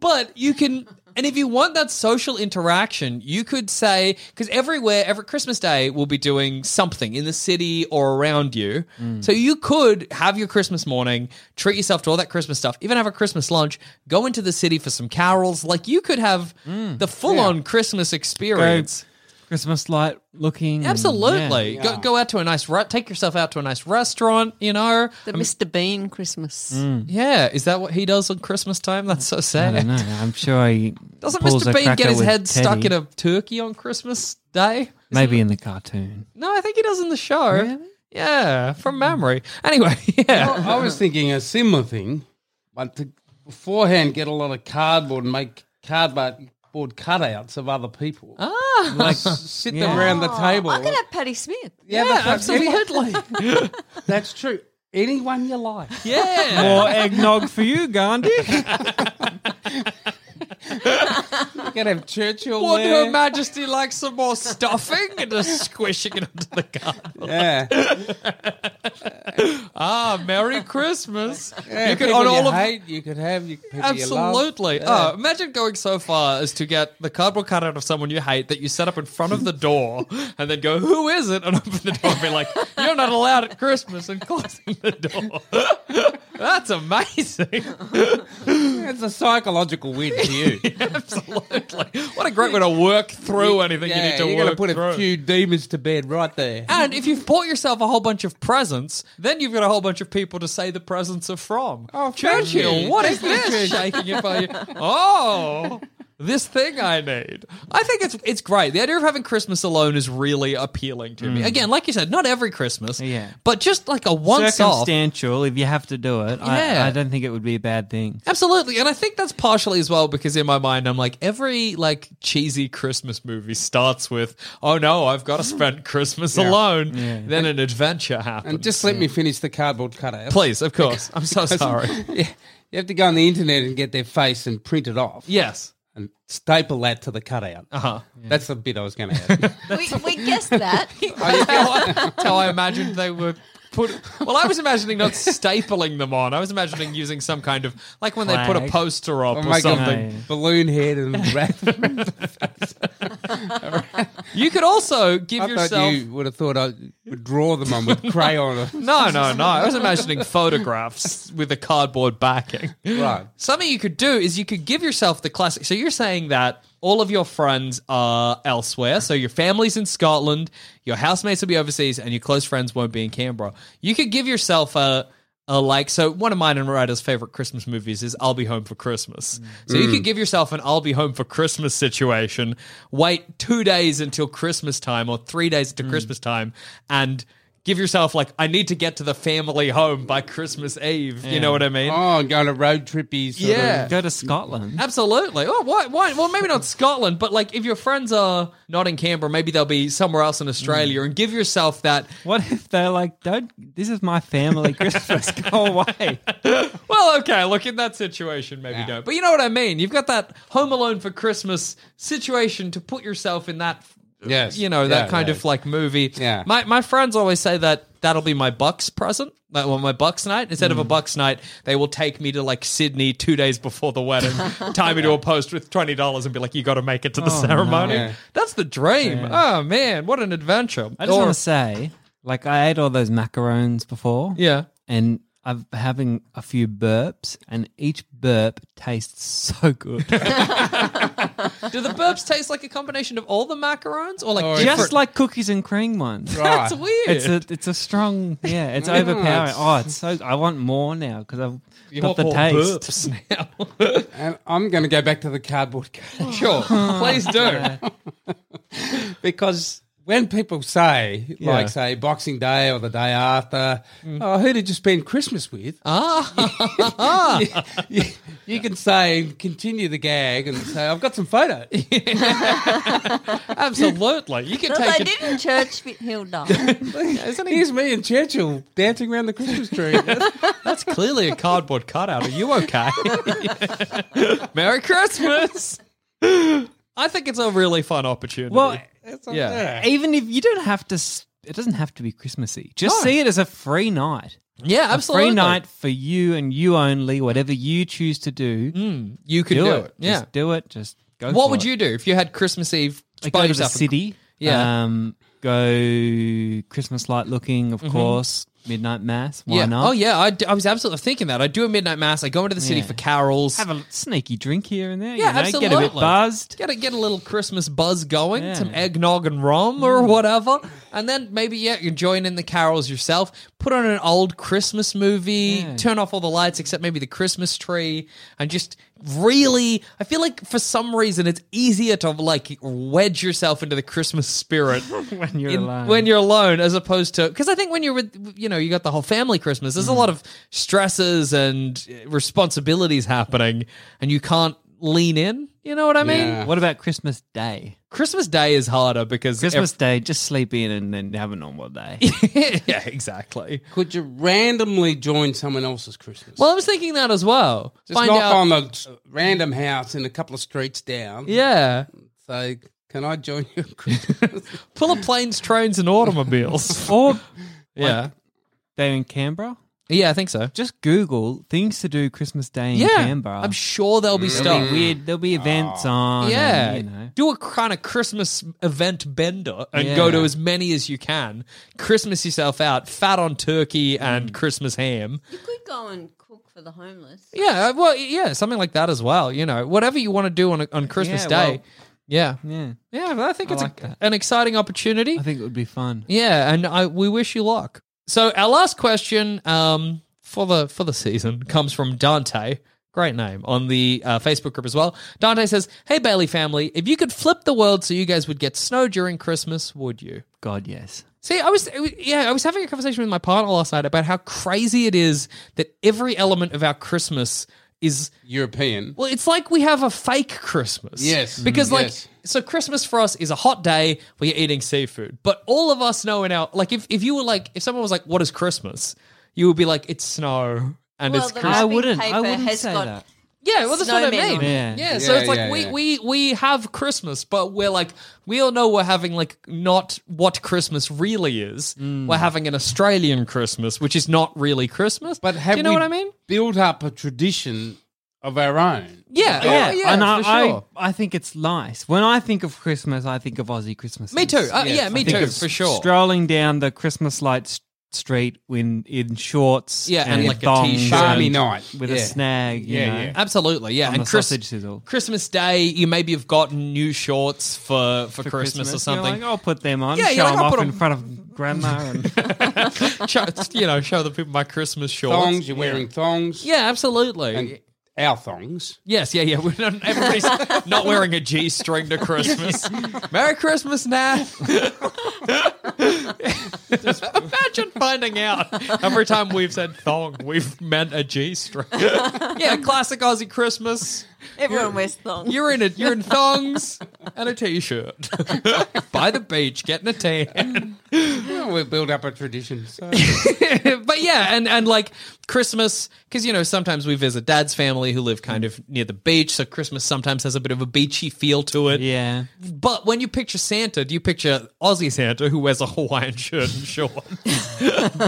[SPEAKER 2] But you can, and if you want that social interaction, you could say because everywhere, every Christmas day, we'll be doing something in the city or around you. So you could have your Christmas morning, treat yourself to all that Christmas stuff, even have a Christmas lunch, go into the city for some carols. Like you could have the full-on Christmas experience.
[SPEAKER 5] Christmas light looking. and-
[SPEAKER 2] Absolutely,
[SPEAKER 4] Yeah.
[SPEAKER 2] Go, go out to a nice. Re- take yourself out to a nice restaurant. You know,
[SPEAKER 3] The Mr. Bean Christmas.
[SPEAKER 5] Mm.
[SPEAKER 2] yeah, is that what he does on Christmas time? That's so
[SPEAKER 5] yeah. I
[SPEAKER 2] sad.
[SPEAKER 5] don't know. I'm sure he
[SPEAKER 2] Doesn't
[SPEAKER 5] pulls
[SPEAKER 2] Mr.
[SPEAKER 5] a
[SPEAKER 2] Bean get
[SPEAKER 5] cracker
[SPEAKER 2] his
[SPEAKER 5] with
[SPEAKER 2] head stuck
[SPEAKER 5] Teddy.
[SPEAKER 2] in a turkey on Christmas Day?
[SPEAKER 5] Maybe in the cartoon.
[SPEAKER 2] No, I think he does in the show. Yeah, from memory. Anyway, yeah.
[SPEAKER 4] I was thinking a similar thing, but to beforehand get a lot of cardboard and make cardboard board cutouts of other people.
[SPEAKER 2] Ah,
[SPEAKER 4] Like s- sit
[SPEAKER 5] Yeah.
[SPEAKER 4] them around the table.
[SPEAKER 3] I could have Patty Smith.
[SPEAKER 4] yeah,
[SPEAKER 2] yeah,
[SPEAKER 4] that's what-
[SPEAKER 2] absolutely.
[SPEAKER 4] That's true. Anyone you like.
[SPEAKER 2] yeah.
[SPEAKER 5] More eggnog for you, Gandhi.
[SPEAKER 4] You could have Churchill
[SPEAKER 2] Would
[SPEAKER 4] there.
[SPEAKER 2] Her Majesty like some more stuffing and just squishing it onto the cardboard?
[SPEAKER 4] yeah.
[SPEAKER 2] Ah, Merry Christmas!
[SPEAKER 4] yeah.
[SPEAKER 2] you could
[SPEAKER 4] people
[SPEAKER 2] on all
[SPEAKER 4] you
[SPEAKER 2] of
[SPEAKER 4] hate, you could have you, people
[SPEAKER 2] Absolutely.
[SPEAKER 4] You love.
[SPEAKER 2] Oh, imagine going so far as to get the cardboard cutout of someone you hate that you set up in front of the door and then go, Who is it? And open the door and be like, You're not allowed at Christmas and closing the door. That's amazing.
[SPEAKER 4] Yeah. It's a psychological win for you.
[SPEAKER 2] Absolutely. What a great way to work through anything you need to
[SPEAKER 4] are
[SPEAKER 2] work
[SPEAKER 4] gonna put
[SPEAKER 2] through.
[SPEAKER 4] a few demons to bed right there.
[SPEAKER 2] and if you've bought yourself a whole bunch of presents, then you've got a whole bunch of people to say the presents are from.
[SPEAKER 4] Oh, thank
[SPEAKER 2] Churchill,
[SPEAKER 4] you.
[SPEAKER 2] what
[SPEAKER 4] Thank
[SPEAKER 2] is
[SPEAKER 4] you,
[SPEAKER 2] this? Shaking it by you. Oh, this thing I need. I think it's it's great. The idea of having Christmas alone is really appealing to
[SPEAKER 4] Mm.
[SPEAKER 2] me. Again, like you said, not every Christmas,
[SPEAKER 5] Yeah.
[SPEAKER 2] but just like a once off.
[SPEAKER 5] Circumstantial, if you have to do it,
[SPEAKER 2] Yeah.
[SPEAKER 5] I, I don't think it would be a bad thing.
[SPEAKER 2] Absolutely, and I think that's partially as well because in my mind I'm like every like cheesy Christmas movie starts with, "Oh no, I've got to spend Christmas alone." Then an adventure happens.
[SPEAKER 4] And just let me finish the cardboard cutout.
[SPEAKER 2] Please, of course. I'm so sorry.
[SPEAKER 4] Yeah, you have to go on the internet and get their face and print it off
[SPEAKER 2] Yes.
[SPEAKER 4] and staple that to the cutout.
[SPEAKER 2] Uh-huh.
[SPEAKER 4] That's the bit I was going to add.
[SPEAKER 3] we, we guessed that.
[SPEAKER 2] That's how I imagined they were put. Well, I was imagining not stapling them on. I was imagining using some kind of like when they put a
[SPEAKER 5] Flag.
[SPEAKER 2] poster up
[SPEAKER 4] I'll
[SPEAKER 2] or
[SPEAKER 4] make
[SPEAKER 2] something.
[SPEAKER 5] Yeah.
[SPEAKER 4] a balloon head and wrap.
[SPEAKER 2] You could also give
[SPEAKER 4] I thought
[SPEAKER 2] yourself.
[SPEAKER 4] you would have thought I would draw them on with crayon. Or,
[SPEAKER 2] No, no, no. I was imagining photographs with a cardboard backing.
[SPEAKER 4] right.
[SPEAKER 2] Something you could do is you could give yourself the classic. So you're saying that all of your friends are elsewhere. So your family's in Scotland, your housemates will be overseas, and your close friends won't be in Canberra. You could give yourself a. A like so one of mine and Ryder's favorite Christmas movies is I'll Be Home for Christmas. So you could give yourself an I'll Be Home for Christmas situation, wait two days until Christmas time or three days until Christmas time, and give yourself like I need to get to the family home by Christmas Eve. You know what I mean?
[SPEAKER 4] Oh, and go on a road trippy sort
[SPEAKER 2] Yeah.
[SPEAKER 4] of.
[SPEAKER 5] Go to Scotland.
[SPEAKER 2] Absolutely. Oh, why? Why? Well, maybe not Scotland, but like if your friends are not in Canberra, maybe they'll be somewhere else in Australia, and give yourself that.
[SPEAKER 5] What if they're like, don't, this is my family Christmas, go away.
[SPEAKER 2] Well, okay, look in that situation, maybe don't. But you know what I mean. You've got that home alone for Christmas situation to put yourself in that.
[SPEAKER 4] Yes.
[SPEAKER 2] You know that
[SPEAKER 4] Yeah,
[SPEAKER 2] kind
[SPEAKER 4] yeah.
[SPEAKER 2] of like movie.
[SPEAKER 4] Yeah.
[SPEAKER 2] My my friends always say that that'll be my Bucks present. Like well, my Bucks night instead
[SPEAKER 4] Mm.
[SPEAKER 2] of a Bucks night, they will take me to like Sydney two days before the wedding, tie me to a post with twenty dollars, and be like, "You got to make it to the ceremony."
[SPEAKER 4] Oh, Yeah.
[SPEAKER 2] That's the dream. Oh man, what an adventure!
[SPEAKER 5] I just
[SPEAKER 2] Or-
[SPEAKER 5] want to say, like, I ate all those macarons before.
[SPEAKER 2] yeah.
[SPEAKER 5] And I'm having a few burps, and each burp tastes so good.
[SPEAKER 2] Do the burps taste like a combination of all the macarons, or like
[SPEAKER 4] Or-
[SPEAKER 2] different-
[SPEAKER 5] Just like cookies and cream ones.
[SPEAKER 2] That's
[SPEAKER 4] Right.
[SPEAKER 2] weird.
[SPEAKER 5] It's a it's a strong yeah. It's overpowering. Oh, it's so. I want more now because I've
[SPEAKER 2] You
[SPEAKER 5] got
[SPEAKER 2] want
[SPEAKER 5] the
[SPEAKER 2] more
[SPEAKER 5] taste.
[SPEAKER 2] burps now.
[SPEAKER 4] And I'm going to go back to the cardboard cutout
[SPEAKER 2] sure, please do.
[SPEAKER 4] because when people say,
[SPEAKER 5] Yeah.
[SPEAKER 4] like, say Boxing Day or the day after,
[SPEAKER 2] Mm.
[SPEAKER 4] oh, who did you spend Christmas with?
[SPEAKER 2] Ah.
[SPEAKER 4] you, you can say and continue the gag and say, I've got some photo.
[SPEAKER 2] Absolutely, you can
[SPEAKER 3] No,
[SPEAKER 2] take
[SPEAKER 3] they
[SPEAKER 2] it.
[SPEAKER 3] didn't. Church Hilda.
[SPEAKER 4] Here's me and Churchill dancing around the Christmas tree.
[SPEAKER 2] That's clearly a cardboard cutout. Are you okay? Merry Christmas. I think it's a really fun opportunity.
[SPEAKER 5] Well,
[SPEAKER 2] yeah, E-
[SPEAKER 5] even if you don't have to, s- it doesn't have to be Christmassy. Just
[SPEAKER 2] No.
[SPEAKER 5] see it as a free night.
[SPEAKER 2] yeah, absolutely.
[SPEAKER 5] Free night for you and you only. Whatever you choose to do,
[SPEAKER 2] you could
[SPEAKER 5] do,
[SPEAKER 2] do,
[SPEAKER 5] it.
[SPEAKER 2] it. Mm. Yeah.
[SPEAKER 5] Just do it. Just go.
[SPEAKER 2] what
[SPEAKER 5] for
[SPEAKER 2] would
[SPEAKER 5] it.
[SPEAKER 2] you do if you had Christmas Eve
[SPEAKER 5] Like,
[SPEAKER 2] by
[SPEAKER 5] go to the
[SPEAKER 2] yourself?
[SPEAKER 5] city?
[SPEAKER 2] Yeah.
[SPEAKER 5] Um, go Christmas light looking, of course. Midnight mass.
[SPEAKER 2] Mm-hmm.
[SPEAKER 5] Why
[SPEAKER 2] yeah.
[SPEAKER 5] not?
[SPEAKER 2] Oh yeah, I, d- I was absolutely thinking that. I do a midnight mass. I go into the city
[SPEAKER 5] Yeah.
[SPEAKER 2] for carols.
[SPEAKER 5] Have a sneaky drink here and there.
[SPEAKER 2] Yeah,
[SPEAKER 5] you know,
[SPEAKER 2] absolutely.
[SPEAKER 5] Get a bit buzzed.
[SPEAKER 2] Get a, get a little Christmas buzz going,
[SPEAKER 5] Yeah. Mm.
[SPEAKER 2] some eggnog and rum or whatever, and then maybe yeah, you join in the carols yourself. Put on an old Christmas movie,
[SPEAKER 5] Yeah.
[SPEAKER 2] turn off all the lights except maybe the Christmas tree, and just really, I feel like for some reason it's easier to like wedge yourself into the Christmas spirit
[SPEAKER 5] when you're
[SPEAKER 2] in-
[SPEAKER 5] alone.
[SPEAKER 2] when you're alone as opposed to because i think when you're with you know you got the whole family christmas there's a
[SPEAKER 5] Mm.
[SPEAKER 2] lot of stresses and responsibilities happening and you can't lean in you know what i mean
[SPEAKER 4] Yeah.
[SPEAKER 5] what about Christmas Day?
[SPEAKER 2] christmas day is harder because
[SPEAKER 5] Christmas Day, just sleep in and then have a normal day.
[SPEAKER 2] ev- yeah exactly
[SPEAKER 4] Could you randomly join someone else's Christmas?
[SPEAKER 2] well i was thinking that as well
[SPEAKER 4] Just knock on the s- random house in a couple of streets down.
[SPEAKER 2] yeah
[SPEAKER 4] Say, can I join your Christmas?
[SPEAKER 2] pull up planes trains and automobiles
[SPEAKER 5] or
[SPEAKER 2] yeah
[SPEAKER 5] they're in Canberra.
[SPEAKER 2] yeah i think so
[SPEAKER 5] Just Google things to do Christmas Day in
[SPEAKER 2] yeah
[SPEAKER 5] Canberra.
[SPEAKER 2] i'm sure there'll be
[SPEAKER 5] There'll
[SPEAKER 2] stuff
[SPEAKER 5] be weird. There'll be events on.
[SPEAKER 2] Yeah.
[SPEAKER 5] Yeah, you know.
[SPEAKER 2] Do a kind of Christmas event bender and go
[SPEAKER 5] Yeah.
[SPEAKER 2] to as many as you can. Christmas yourself out, fat on turkey and Christmas ham.
[SPEAKER 3] you could go and cook for the homeless.
[SPEAKER 2] Yeah, uh, well, yeah, something like that as well. You know, whatever you want to do on, on Christmas
[SPEAKER 5] Yeah,
[SPEAKER 2] Day.
[SPEAKER 5] well-
[SPEAKER 2] yeah.
[SPEAKER 5] Yeah,
[SPEAKER 2] Yeah, but I think
[SPEAKER 5] I
[SPEAKER 2] it's
[SPEAKER 5] like
[SPEAKER 2] a,
[SPEAKER 5] that.
[SPEAKER 2] an exciting opportunity.
[SPEAKER 5] I think it would be fun.
[SPEAKER 2] Yeah, and I we wish you luck. So our last question um, for the for the season comes from Dante, Great name on the uh, Facebook group as well. Dante says, "Hey Bailey family, if you could flip the world so you guys would get snow during Christmas, would you?"
[SPEAKER 5] God, yes.
[SPEAKER 2] See, I was yeah, I was having a conversation with my partner last night about how crazy it is that every element of our Christmas is
[SPEAKER 4] European.
[SPEAKER 2] well, it's like we have a fake Christmas.
[SPEAKER 4] Yes.
[SPEAKER 2] Because,
[SPEAKER 4] Mm,
[SPEAKER 2] like,
[SPEAKER 4] yes.
[SPEAKER 2] so Christmas for us is a hot day where you're eating seafood. But all of us know in our, like, if, if you were like, if someone was like, what is Christmas? You would be like, it's snow and
[SPEAKER 3] Well,
[SPEAKER 2] it's
[SPEAKER 3] the
[SPEAKER 2] Christmas.
[SPEAKER 5] I
[SPEAKER 3] wrapping
[SPEAKER 5] wouldn't- I
[SPEAKER 3] paper
[SPEAKER 5] wouldn't
[SPEAKER 3] has
[SPEAKER 5] say
[SPEAKER 3] got
[SPEAKER 5] that.
[SPEAKER 2] Yeah, well, that's what I
[SPEAKER 3] snowmen
[SPEAKER 2] mean.
[SPEAKER 3] on
[SPEAKER 5] Yeah.
[SPEAKER 2] Yeah, so
[SPEAKER 4] Yeah,
[SPEAKER 2] it's like
[SPEAKER 4] yeah,
[SPEAKER 2] we,
[SPEAKER 4] yeah.
[SPEAKER 2] we we have Christmas, but we're like we all know we're having like not what Christmas really is.
[SPEAKER 4] Mm.
[SPEAKER 2] We're having an Australian Christmas, which is not really Christmas.
[SPEAKER 4] But have
[SPEAKER 2] do you know
[SPEAKER 4] we
[SPEAKER 2] what I mean?
[SPEAKER 4] Built up a tradition of our own.
[SPEAKER 2] Yeah, yeah, yeah,
[SPEAKER 5] and I,
[SPEAKER 2] for sure.
[SPEAKER 5] I, I think it's nice. When I think of Christmas, I think of Aussie Christmas.
[SPEAKER 2] me too. Uh,
[SPEAKER 4] yes,
[SPEAKER 2] yeah,
[SPEAKER 4] I
[SPEAKER 2] me
[SPEAKER 4] think
[SPEAKER 2] too,
[SPEAKER 4] it's
[SPEAKER 2] for sure.
[SPEAKER 5] Strolling down the Christmas light s- street in in shorts,
[SPEAKER 2] Yeah, and
[SPEAKER 5] in
[SPEAKER 2] like a
[SPEAKER 5] thongs
[SPEAKER 2] t-shirt.
[SPEAKER 4] Barmy night.
[SPEAKER 5] with a
[SPEAKER 4] Yeah.
[SPEAKER 5] snag. You
[SPEAKER 4] Yeah,
[SPEAKER 5] know,
[SPEAKER 4] yeah.
[SPEAKER 2] Absolutely, yeah.
[SPEAKER 5] on
[SPEAKER 2] and
[SPEAKER 5] the
[SPEAKER 2] Chris-
[SPEAKER 5] sausage sizzle.
[SPEAKER 2] Christmas Day, you maybe have gotten new shorts for for,
[SPEAKER 5] for
[SPEAKER 2] Christmas, or
[SPEAKER 5] You're
[SPEAKER 2] something.
[SPEAKER 5] like, I'll put them on.
[SPEAKER 2] Yeah,
[SPEAKER 5] Yeah,
[SPEAKER 2] you're
[SPEAKER 5] show
[SPEAKER 2] like,
[SPEAKER 5] them
[SPEAKER 2] I'll
[SPEAKER 5] off
[SPEAKER 2] put
[SPEAKER 5] in
[SPEAKER 2] them-
[SPEAKER 5] front of grandma. And
[SPEAKER 2] show, you know, show the people my Christmas shorts.
[SPEAKER 4] Thongs, you're wearing thongs.
[SPEAKER 2] Yeah, absolutely.
[SPEAKER 4] And our thongs.
[SPEAKER 2] yes, yeah, yeah. We're not, everybody's not wearing a G string to Christmas. Merry Christmas, Nat. Imagine finding out every time we've said thong, we've meant a G string. yeah, classic Aussie Christmas.
[SPEAKER 3] Everyone wears thongs.
[SPEAKER 2] You're in it. You're in thongs and a t-shirt by the beach, getting a tan.
[SPEAKER 4] Well, we build up a tradition. So.
[SPEAKER 2] but yeah, and and like Christmas, because you know sometimes we visit Dad's family who live kind of near the beach, so Christmas sometimes has a bit of a beachy feel to it.
[SPEAKER 5] yeah,
[SPEAKER 2] But when you picture Santa, do you picture Aussie Santa who wears a Hawaiian shirt and shorts,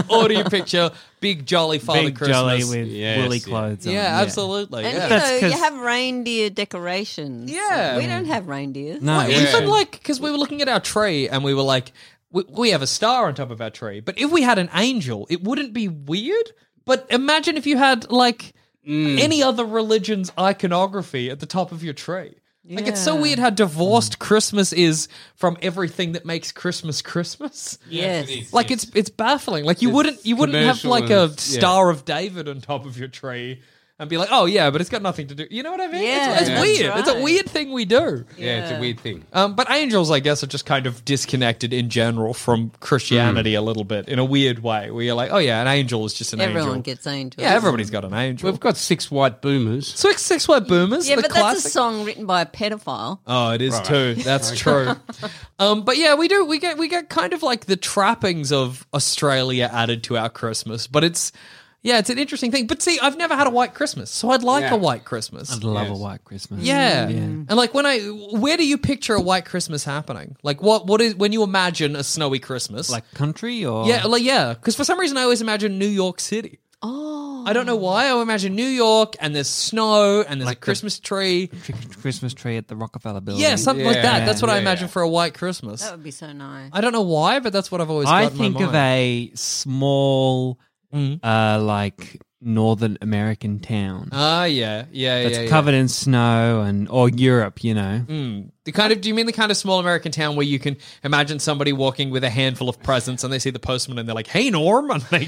[SPEAKER 2] or do you picture big jolly Father
[SPEAKER 5] big jolly
[SPEAKER 2] Christmas?
[SPEAKER 5] with
[SPEAKER 4] Yes,
[SPEAKER 5] woolly
[SPEAKER 4] yeah.
[SPEAKER 5] clothes.
[SPEAKER 2] yeah,
[SPEAKER 5] on.
[SPEAKER 2] absolutely.
[SPEAKER 3] and
[SPEAKER 2] yeah.
[SPEAKER 5] That's
[SPEAKER 3] you know,
[SPEAKER 5] 'cause-
[SPEAKER 3] you have reindeer decorations.
[SPEAKER 2] Yeah.
[SPEAKER 3] We don't have reindeers.
[SPEAKER 5] No,
[SPEAKER 2] Well,
[SPEAKER 5] yeah.
[SPEAKER 2] even like because we were looking at our tree and we were like, we, we have a star on top of our tree, but if we had an angel, it wouldn't be weird. But imagine if you had like
[SPEAKER 3] Mm.
[SPEAKER 2] any other religion's iconography at the top of your tree. Like it's so
[SPEAKER 3] Yeah.
[SPEAKER 2] weird how divorced Christmas is from everything that makes Christmas Christmas.
[SPEAKER 3] Yes.
[SPEAKER 2] Like it's it's baffling. Like you wouldn't you wouldn't have
[SPEAKER 4] commercial
[SPEAKER 2] like a
[SPEAKER 4] and- yeah.
[SPEAKER 2] Star of David on top of your tree and be like, oh yeah, but it's got nothing to do. You know what I mean?
[SPEAKER 3] Yeah,
[SPEAKER 2] it's, it's
[SPEAKER 3] that's
[SPEAKER 2] weird. It's a
[SPEAKER 3] right.
[SPEAKER 2] weird thing we do.
[SPEAKER 4] Yeah, it's a weird thing.
[SPEAKER 2] Um, but angels, I guess, are just kind of disconnected in general from Christianity a little bit in a weird way, where you're like, oh yeah, an angel is just an
[SPEAKER 3] Everyone
[SPEAKER 2] angel.
[SPEAKER 3] gets angels.
[SPEAKER 2] yeah, everybody's got an angel.
[SPEAKER 4] We've got six white boomers.
[SPEAKER 2] Six six word boomers.
[SPEAKER 3] Yeah,
[SPEAKER 2] the
[SPEAKER 3] but
[SPEAKER 2] classic.
[SPEAKER 3] that's a song written by a pedophile.
[SPEAKER 2] Oh, it is too. That's true. Um, but yeah, we do. We get we get kind of like the trappings of Australia added to our Christmas. But it's yeah, it's an interesting thing. But see, I've never had a white Christmas, so I'd like
[SPEAKER 4] Yeah.
[SPEAKER 2] a white Christmas.
[SPEAKER 5] I'd love
[SPEAKER 4] Yes.
[SPEAKER 5] a white Christmas.
[SPEAKER 2] Yeah. And like when I where do you picture a white Christmas happening? Like what what is when you imagine a snowy Christmas?
[SPEAKER 5] like uh, country or
[SPEAKER 2] yeah, like yeah, cuz for some reason I always imagine New York City. Oh. I don't know why. I imagine New York and there's snow and there's a Christmas tree.
[SPEAKER 5] Trick- Christmas tree at the Rockefeller Building.
[SPEAKER 2] Yeah, something like that.
[SPEAKER 4] Yeah,
[SPEAKER 2] That's what I
[SPEAKER 4] yeah,
[SPEAKER 2] imagine
[SPEAKER 4] yeah.
[SPEAKER 2] for a white Christmas.
[SPEAKER 3] That would be so nice.
[SPEAKER 2] I don't know why, but that's what I've always
[SPEAKER 5] I
[SPEAKER 2] got in my
[SPEAKER 5] think of
[SPEAKER 2] mind. Mm.
[SPEAKER 5] a small, uh, like Northern American town
[SPEAKER 2] Ah, yeah. Yeah,
[SPEAKER 5] that's
[SPEAKER 2] yeah. Mm. yeah.
[SPEAKER 5] covered in snow and or Europe. You know,
[SPEAKER 2] The kind of do you mean the kind of small American town where you can imagine somebody walking with a handful of presents and they see the postman and they're like, "Hey Norm," and they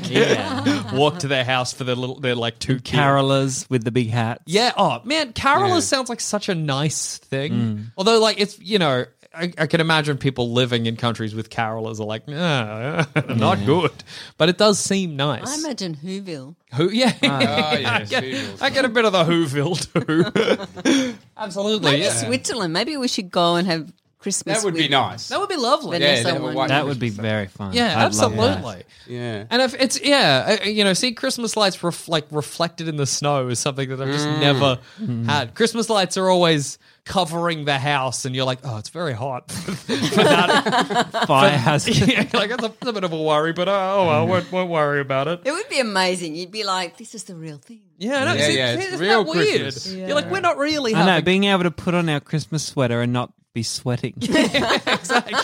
[SPEAKER 2] walk to their house for their little their like two kids.
[SPEAKER 5] carolers with the big hats.
[SPEAKER 2] Yeah. Oh man, carolers
[SPEAKER 4] Yeah.
[SPEAKER 2] sounds like such a nice thing.
[SPEAKER 5] Mm.
[SPEAKER 2] Although, like, it's you know, I, I can imagine people living in countries with carolers are like, nah, not good. But it does seem nice.
[SPEAKER 3] I imagine Whoville.
[SPEAKER 2] Who? Yeah.
[SPEAKER 4] Oh,
[SPEAKER 2] I,
[SPEAKER 4] yes.
[SPEAKER 2] get, I get a bit of the Whoville too. Absolutely.
[SPEAKER 3] Maybe
[SPEAKER 2] yeah.
[SPEAKER 3] Switzerland. Maybe we should go and have Christmas.
[SPEAKER 4] That would be
[SPEAKER 3] with
[SPEAKER 4] nice.
[SPEAKER 2] That would be lovely.
[SPEAKER 4] Yeah,
[SPEAKER 3] Vanessa
[SPEAKER 4] that would
[SPEAKER 3] one.
[SPEAKER 4] work.
[SPEAKER 5] that would be very fun.
[SPEAKER 2] Yeah,
[SPEAKER 5] I'd love that.
[SPEAKER 2] absolutely.
[SPEAKER 4] yeah.
[SPEAKER 2] And if it's yeah, I- I- you know, seeing Christmas lights ref, like reflected in the snow is something that I've just
[SPEAKER 5] Mm.
[SPEAKER 2] never had. Christmas lights are always covering the house, and you're like, oh, it's very hot. For that-
[SPEAKER 5] Fire hazard.
[SPEAKER 2] yeah, like it's a, it's a bit of a worry, but oh, oh well, won't, won't worry about it.
[SPEAKER 3] It would be amazing. You'd be like, this is the real thing.
[SPEAKER 2] Yeah, no,
[SPEAKER 4] Yeah,
[SPEAKER 2] see,
[SPEAKER 4] yeah,
[SPEAKER 2] see,
[SPEAKER 4] it's
[SPEAKER 2] isn't
[SPEAKER 4] real
[SPEAKER 2] that weird?
[SPEAKER 4] Christmas.
[SPEAKER 2] You're like, we're not really
[SPEAKER 5] I know,
[SPEAKER 2] having
[SPEAKER 5] being able to put on our Christmas sweater and not be sweating.
[SPEAKER 2] exactly.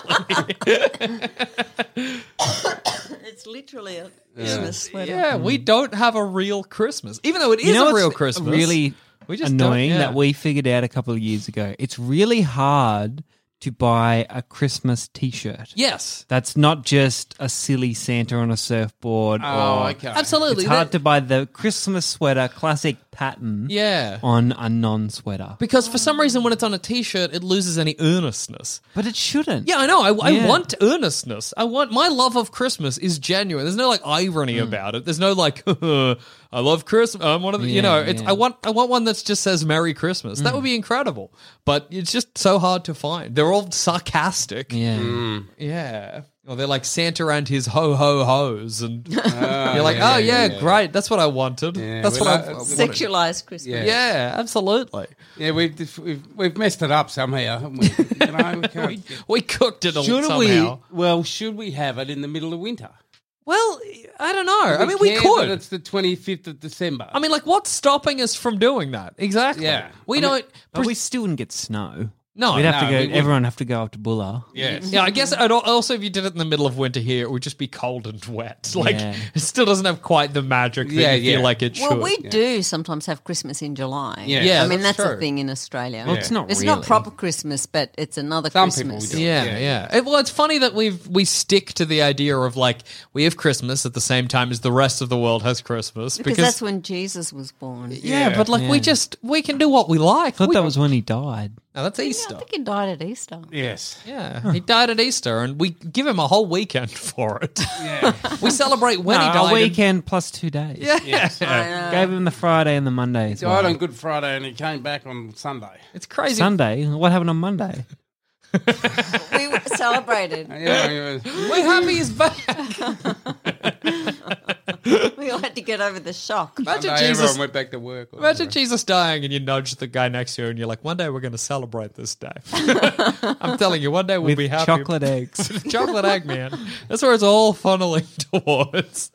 [SPEAKER 3] It's literally a Christmas sweater.
[SPEAKER 2] yeah, we don't have a real Christmas, even though it is
[SPEAKER 5] Mm. you know,
[SPEAKER 2] a
[SPEAKER 5] what's
[SPEAKER 2] real Christmas.
[SPEAKER 5] Really
[SPEAKER 2] We just don't-
[SPEAKER 5] annoying
[SPEAKER 2] yeah.
[SPEAKER 5] that we figured out a couple of years ago. It's really hard to buy a Christmas t shirt.
[SPEAKER 2] Yes.
[SPEAKER 5] That's not just a silly Santa on a surfboard.
[SPEAKER 4] Oh,
[SPEAKER 5] or
[SPEAKER 4] okay.
[SPEAKER 2] Absolutely.
[SPEAKER 5] It's hard
[SPEAKER 2] That-
[SPEAKER 5] to buy the Christmas sweater classic pattern
[SPEAKER 2] yeah.
[SPEAKER 5] on a non sweater.
[SPEAKER 2] Because for some reason, when it's on a T-shirt, it loses any earnestness.
[SPEAKER 5] But it shouldn't.
[SPEAKER 2] Yeah, I know. I, I
[SPEAKER 5] Yeah.
[SPEAKER 2] want earnestness. I want my love of Christmas is genuine. There's no like irony about it. There's no like I love Christmas. I'm one of the, you
[SPEAKER 5] Yeah,
[SPEAKER 2] know. It's
[SPEAKER 5] yeah.
[SPEAKER 2] I want I want one that just says Merry Christmas. That would be incredible. But it's just so hard to find. They're all sarcastic.
[SPEAKER 5] Yeah.
[SPEAKER 2] Hmm. Yeah. Or they're like Santa and his ho ho hos, and you're like, oh yeah, great. That's what I wanted. That's
[SPEAKER 4] we're
[SPEAKER 2] what I,
[SPEAKER 4] not-
[SPEAKER 2] I wanted.
[SPEAKER 3] Sexualized Christmas.
[SPEAKER 4] Yeah.
[SPEAKER 2] Yeah, absolutely.
[SPEAKER 4] Yeah, we've, we've we've messed it up somehow, haven't we? You know, we can't-
[SPEAKER 2] We cooked it all
[SPEAKER 4] should
[SPEAKER 2] somehow.
[SPEAKER 4] we? Well, should we have it in the middle of winter?
[SPEAKER 2] Well, I don't know. I mean, we
[SPEAKER 4] can,
[SPEAKER 2] could.
[SPEAKER 4] but It's the twenty fifth of December.
[SPEAKER 2] I mean, like, what's stopping us from doing that? Exactly.
[SPEAKER 4] Yeah.
[SPEAKER 2] We
[SPEAKER 4] I mean-
[SPEAKER 2] don't.
[SPEAKER 5] But we still wouldn't get snow.
[SPEAKER 2] no.
[SPEAKER 5] We'd have
[SPEAKER 4] no,
[SPEAKER 5] to go.
[SPEAKER 4] we wouldn't.
[SPEAKER 5] everyone have to go up to Bulla.
[SPEAKER 4] yes.
[SPEAKER 2] yeah, I guess. And al- also, if you did it in the middle of winter here, it would just be cold and wet. Like,
[SPEAKER 5] Yeah.
[SPEAKER 2] it still doesn't have quite the magic that
[SPEAKER 4] Yeah,
[SPEAKER 2] you feel
[SPEAKER 4] yeah.
[SPEAKER 2] like it should.
[SPEAKER 3] Well, we do sometimes have Christmas in July.
[SPEAKER 4] Yeah.
[SPEAKER 2] Yeah,
[SPEAKER 3] I mean
[SPEAKER 2] that's
[SPEAKER 3] that's,
[SPEAKER 2] true.
[SPEAKER 3] a thing in Australia.
[SPEAKER 5] Well, it's not
[SPEAKER 3] It's not
[SPEAKER 5] really.
[SPEAKER 3] proper Christmas, but it's another
[SPEAKER 4] Some people
[SPEAKER 3] Christmas.
[SPEAKER 4] do.
[SPEAKER 2] Yeah, yeah.
[SPEAKER 4] Yeah.
[SPEAKER 2] It- well, it's funny that we've we stick to the idea of like we have Christmas at the same time as the rest of the world has Christmas
[SPEAKER 3] Because, that's when Jesus was born.
[SPEAKER 2] yeah, but like we
[SPEAKER 5] Yeah.
[SPEAKER 2] just we can do what we like.
[SPEAKER 5] I thought
[SPEAKER 2] We-
[SPEAKER 5] that was when he died.
[SPEAKER 2] no, that's
[SPEAKER 3] Yeah,
[SPEAKER 2] Easter.
[SPEAKER 3] I think he died at Easter.
[SPEAKER 4] Yes.
[SPEAKER 2] Yeah, he died at Easter, and we give him a whole weekend for it.
[SPEAKER 4] Yeah.
[SPEAKER 2] We celebrate when he
[SPEAKER 5] No,
[SPEAKER 2] died.
[SPEAKER 5] a
[SPEAKER 2] and-
[SPEAKER 5] weekend plus two days.
[SPEAKER 2] Yeah.
[SPEAKER 5] Gave him the Friday and the Monday. as
[SPEAKER 4] Died
[SPEAKER 5] well.
[SPEAKER 4] on Good Friday and he came back on Sunday.
[SPEAKER 2] It's crazy.
[SPEAKER 5] Sunday. What happened on Monday?
[SPEAKER 3] we celebrated.
[SPEAKER 4] Yeah, it was-
[SPEAKER 2] We're happy he's back.
[SPEAKER 3] We all had to get over the shock.
[SPEAKER 2] Imagine
[SPEAKER 4] Sunday,
[SPEAKER 2] Jesus.
[SPEAKER 4] everyone went back to work.
[SPEAKER 2] Imagine Jesus dying, and you nudge the guy next to you, and you're like, "One day we're going to celebrate this day." I'm telling you, one day we'll
[SPEAKER 5] With
[SPEAKER 2] be happy.
[SPEAKER 5] chocolate eggs.
[SPEAKER 2] chocolate egg man. That's where it's all funneling towards.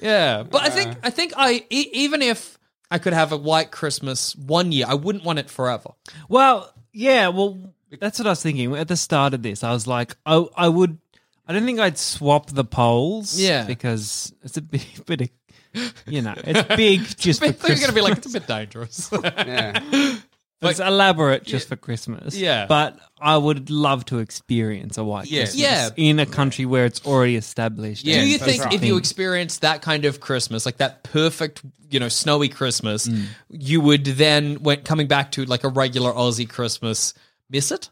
[SPEAKER 2] Yeah, but I think I think I e- even if I could have a white Christmas one year, I wouldn't want it forever.
[SPEAKER 5] well, yeah. Well, that's what I was thinking at the start of this. I was like, oh, I would. I don't think I'd swap the polls.
[SPEAKER 2] Yeah.
[SPEAKER 5] because it's a bit, bit of, you know, it's big just for
[SPEAKER 2] People are going to
[SPEAKER 5] Christmas.
[SPEAKER 2] be like, "It's a bit dangerous."
[SPEAKER 4] Yeah.
[SPEAKER 5] it's elaborate just for Christmas.
[SPEAKER 2] Yeah.
[SPEAKER 5] but I would love to experience a white
[SPEAKER 4] Yes.
[SPEAKER 5] Christmas.
[SPEAKER 2] Yeah.
[SPEAKER 5] in a country where it's already established.
[SPEAKER 4] Yeah.
[SPEAKER 2] Do you
[SPEAKER 4] that's
[SPEAKER 2] think
[SPEAKER 4] right.
[SPEAKER 2] if you experience that kind of Christmas, like that perfect, you know, snowy Christmas,
[SPEAKER 5] Mm.
[SPEAKER 2] you would then, when coming back to like a regular Aussie Christmas, miss it?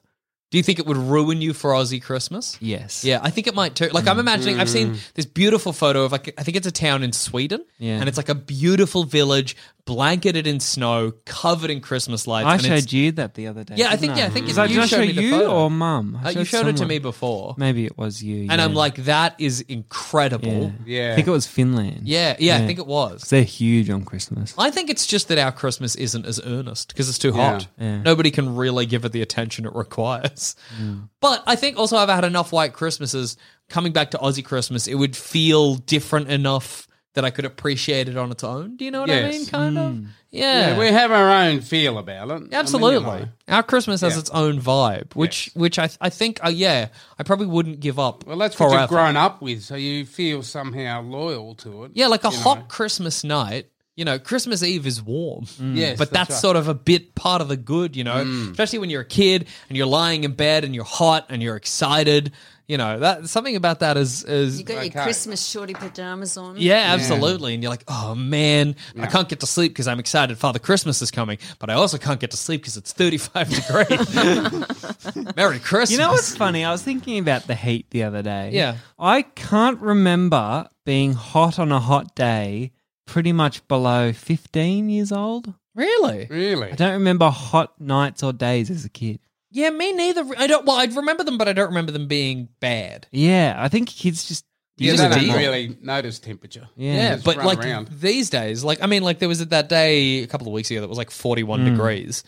[SPEAKER 2] Do you think it would ruin you for Aussie Christmas?
[SPEAKER 5] Yes. Mm.
[SPEAKER 2] Yeah, I think it might too. Like I'm imagining, I've seen this beautiful photo of like I think it's a town in Sweden,
[SPEAKER 5] Yeah.
[SPEAKER 2] and it's like a beautiful village blanketed in snow, covered in Christmas lights.
[SPEAKER 5] I
[SPEAKER 2] and it's-
[SPEAKER 5] showed you that the other day.
[SPEAKER 2] Yeah, I
[SPEAKER 5] didn't
[SPEAKER 2] think- yeah, I think
[SPEAKER 5] Did I
[SPEAKER 2] you
[SPEAKER 5] did I
[SPEAKER 2] showed
[SPEAKER 5] show
[SPEAKER 2] me the
[SPEAKER 5] you
[SPEAKER 2] photo.
[SPEAKER 5] or mum. I
[SPEAKER 2] uh, you showed it to
[SPEAKER 5] someone.
[SPEAKER 2] me before,
[SPEAKER 5] Maybe it was you.
[SPEAKER 2] and I'm
[SPEAKER 5] yeah.
[SPEAKER 2] like, that is incredible. Yeah,
[SPEAKER 4] Yeah.
[SPEAKER 5] I think it was Finland.
[SPEAKER 2] yeah, I think it was.
[SPEAKER 5] 'Cause They're huge on Christmas.
[SPEAKER 2] I think it's just that our Christmas isn't as earnest because it's too hot.
[SPEAKER 5] Yeah.
[SPEAKER 2] Nobody can really give it the attention it requires.
[SPEAKER 4] Mm.
[SPEAKER 2] But I think also I've had enough white Christmases. Coming back to Aussie Christmas, it would feel different enough that I could appreciate it on its own. Do you know what I
[SPEAKER 4] Yes. Mm.
[SPEAKER 2] mean? Kind of.
[SPEAKER 4] Yeah,
[SPEAKER 2] Yeah.
[SPEAKER 4] we have our own feel about it. I mean, you
[SPEAKER 2] Absolutely.
[SPEAKER 4] know.
[SPEAKER 2] Our Christmas has
[SPEAKER 4] Yeah.
[SPEAKER 2] its own vibe, which which I I think uh, yeah, I probably wouldn't give up.
[SPEAKER 4] Well, that's
[SPEAKER 2] forever.
[SPEAKER 4] what you've grown up with, so you feel somehow loyal to it.
[SPEAKER 2] Yeah, like a
[SPEAKER 4] you know.
[SPEAKER 2] hot Christmas night. You know, Christmas Eve is warm,
[SPEAKER 4] Mm. Yes,
[SPEAKER 2] but that's,
[SPEAKER 4] that's right.
[SPEAKER 2] sort of a bit part of the good. You know, especially when you're a kid and you're lying in bed and you're hot and you're excited. You know, that something about that is is
[SPEAKER 3] You got
[SPEAKER 4] Okay.
[SPEAKER 3] your Christmas shorty pajamas on.
[SPEAKER 2] yeah, absolutely. And you're like, oh man, I can't get to sleep because I'm excited Father Christmas is coming, but I also can't get to sleep because it's 35 degrees. Merry Christmas.
[SPEAKER 5] You know what's funny? I was thinking about the heat the other day.
[SPEAKER 2] Yeah.
[SPEAKER 5] I can't remember being hot on a hot day pretty much below 15 years old.
[SPEAKER 2] Really?
[SPEAKER 4] Really?
[SPEAKER 5] I don't remember hot nights or days as a kid.
[SPEAKER 2] Yeah, me neither. I don't. Well, I remember them, but I don't remember them being bad.
[SPEAKER 5] Yeah, I think kids just.
[SPEAKER 4] You
[SPEAKER 2] just
[SPEAKER 4] don't
[SPEAKER 2] deal.
[SPEAKER 4] really notice temperature.
[SPEAKER 5] Yeah.
[SPEAKER 2] Yeah,
[SPEAKER 4] just
[SPEAKER 2] but
[SPEAKER 4] run
[SPEAKER 2] like
[SPEAKER 4] around.
[SPEAKER 2] these days, like I mean, like there was that day a couple of weeks ago that was like forty-one
[SPEAKER 3] Mm.
[SPEAKER 2] degrees.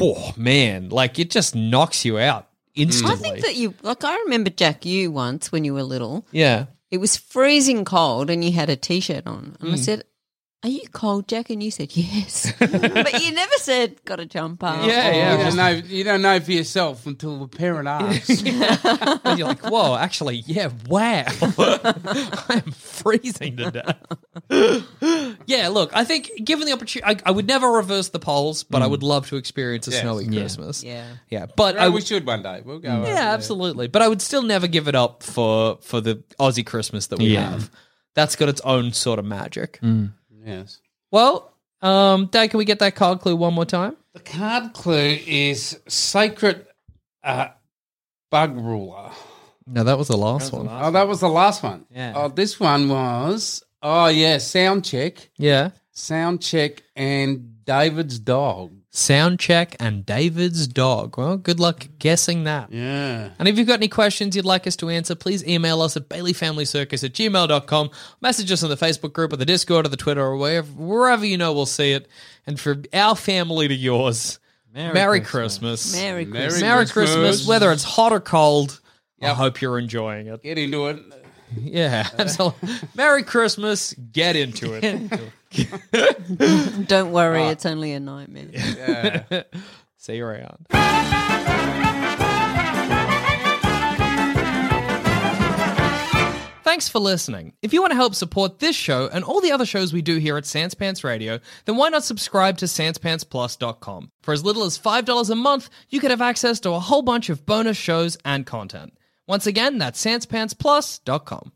[SPEAKER 2] Oh man, like it just knocks you out instantly.
[SPEAKER 3] I think that you like I remember Jack you once when you were little.
[SPEAKER 2] yeah, Mm.
[SPEAKER 3] It was freezing cold and you had a t-shirt on. And I said, Are you cold, Jack? And you said yes. but you never said, Got to jump up.
[SPEAKER 2] Yeah,
[SPEAKER 3] or,
[SPEAKER 2] Oh, yeah.
[SPEAKER 4] You don't know. You don't know for yourself until the parent asks.
[SPEAKER 2] And you're like, whoa, actually, yeah, wow. I'm freezing to death. yeah, look, I think given the opportunity, I, I would never reverse the polls, but I would love to experience a
[SPEAKER 4] Mm. Yes.
[SPEAKER 2] snowy
[SPEAKER 5] Yeah.
[SPEAKER 2] Christmas.
[SPEAKER 3] Yeah.
[SPEAKER 2] Yeah, but I
[SPEAKER 4] Right, we
[SPEAKER 2] would.
[SPEAKER 4] should one day. We'll go. over
[SPEAKER 2] Mm. Yeah,
[SPEAKER 4] there.
[SPEAKER 2] absolutely. But I would still never give it up for for the Aussie Christmas that we
[SPEAKER 5] Yeah.
[SPEAKER 2] have. That's got its own sort of magic.
[SPEAKER 4] Yes.
[SPEAKER 2] Well, um, Dad, can we get that card clue one more time?
[SPEAKER 4] The card clue is sacred uh, bug ruler.
[SPEAKER 2] No, that was the last one.
[SPEAKER 4] Oh, that was the last one.
[SPEAKER 5] Yeah.
[SPEAKER 4] Oh, this one was. Oh yeah, sound check,
[SPEAKER 2] Yeah.
[SPEAKER 4] sound check, and David's dog.
[SPEAKER 2] Sound check and David's dog. Well, good luck guessing that.
[SPEAKER 4] Yeah.
[SPEAKER 2] And if you've got any questions you'd like us to answer, please email us at baileyfamilycircus at gmail.com. Message us on the Facebook group or the Discord or the Twitter or wherever, wherever you know we'll see it. And from our family to yours, Merry, Christmas.
[SPEAKER 3] Merry
[SPEAKER 4] Merry-
[SPEAKER 3] Christmas.
[SPEAKER 2] Merry Christmas.
[SPEAKER 4] Christmas.
[SPEAKER 2] whether it's hot or cold. I
[SPEAKER 4] Yep.
[SPEAKER 2] hope you're enjoying it.
[SPEAKER 4] Get into it.
[SPEAKER 2] Yeah, absolutely. Merry Christmas. Get into it.
[SPEAKER 3] Don't worry, it's only a nightmare.
[SPEAKER 2] See you around. Thanks for listening. If you want to help support this show and all the other shows we do here at Sans Pants Radio, then why not subscribe to SansPantsPlus.com? For as little as $5 a month, you could have access to a whole bunch of bonus shows and content. Once again, that's SansPantsPlus.com.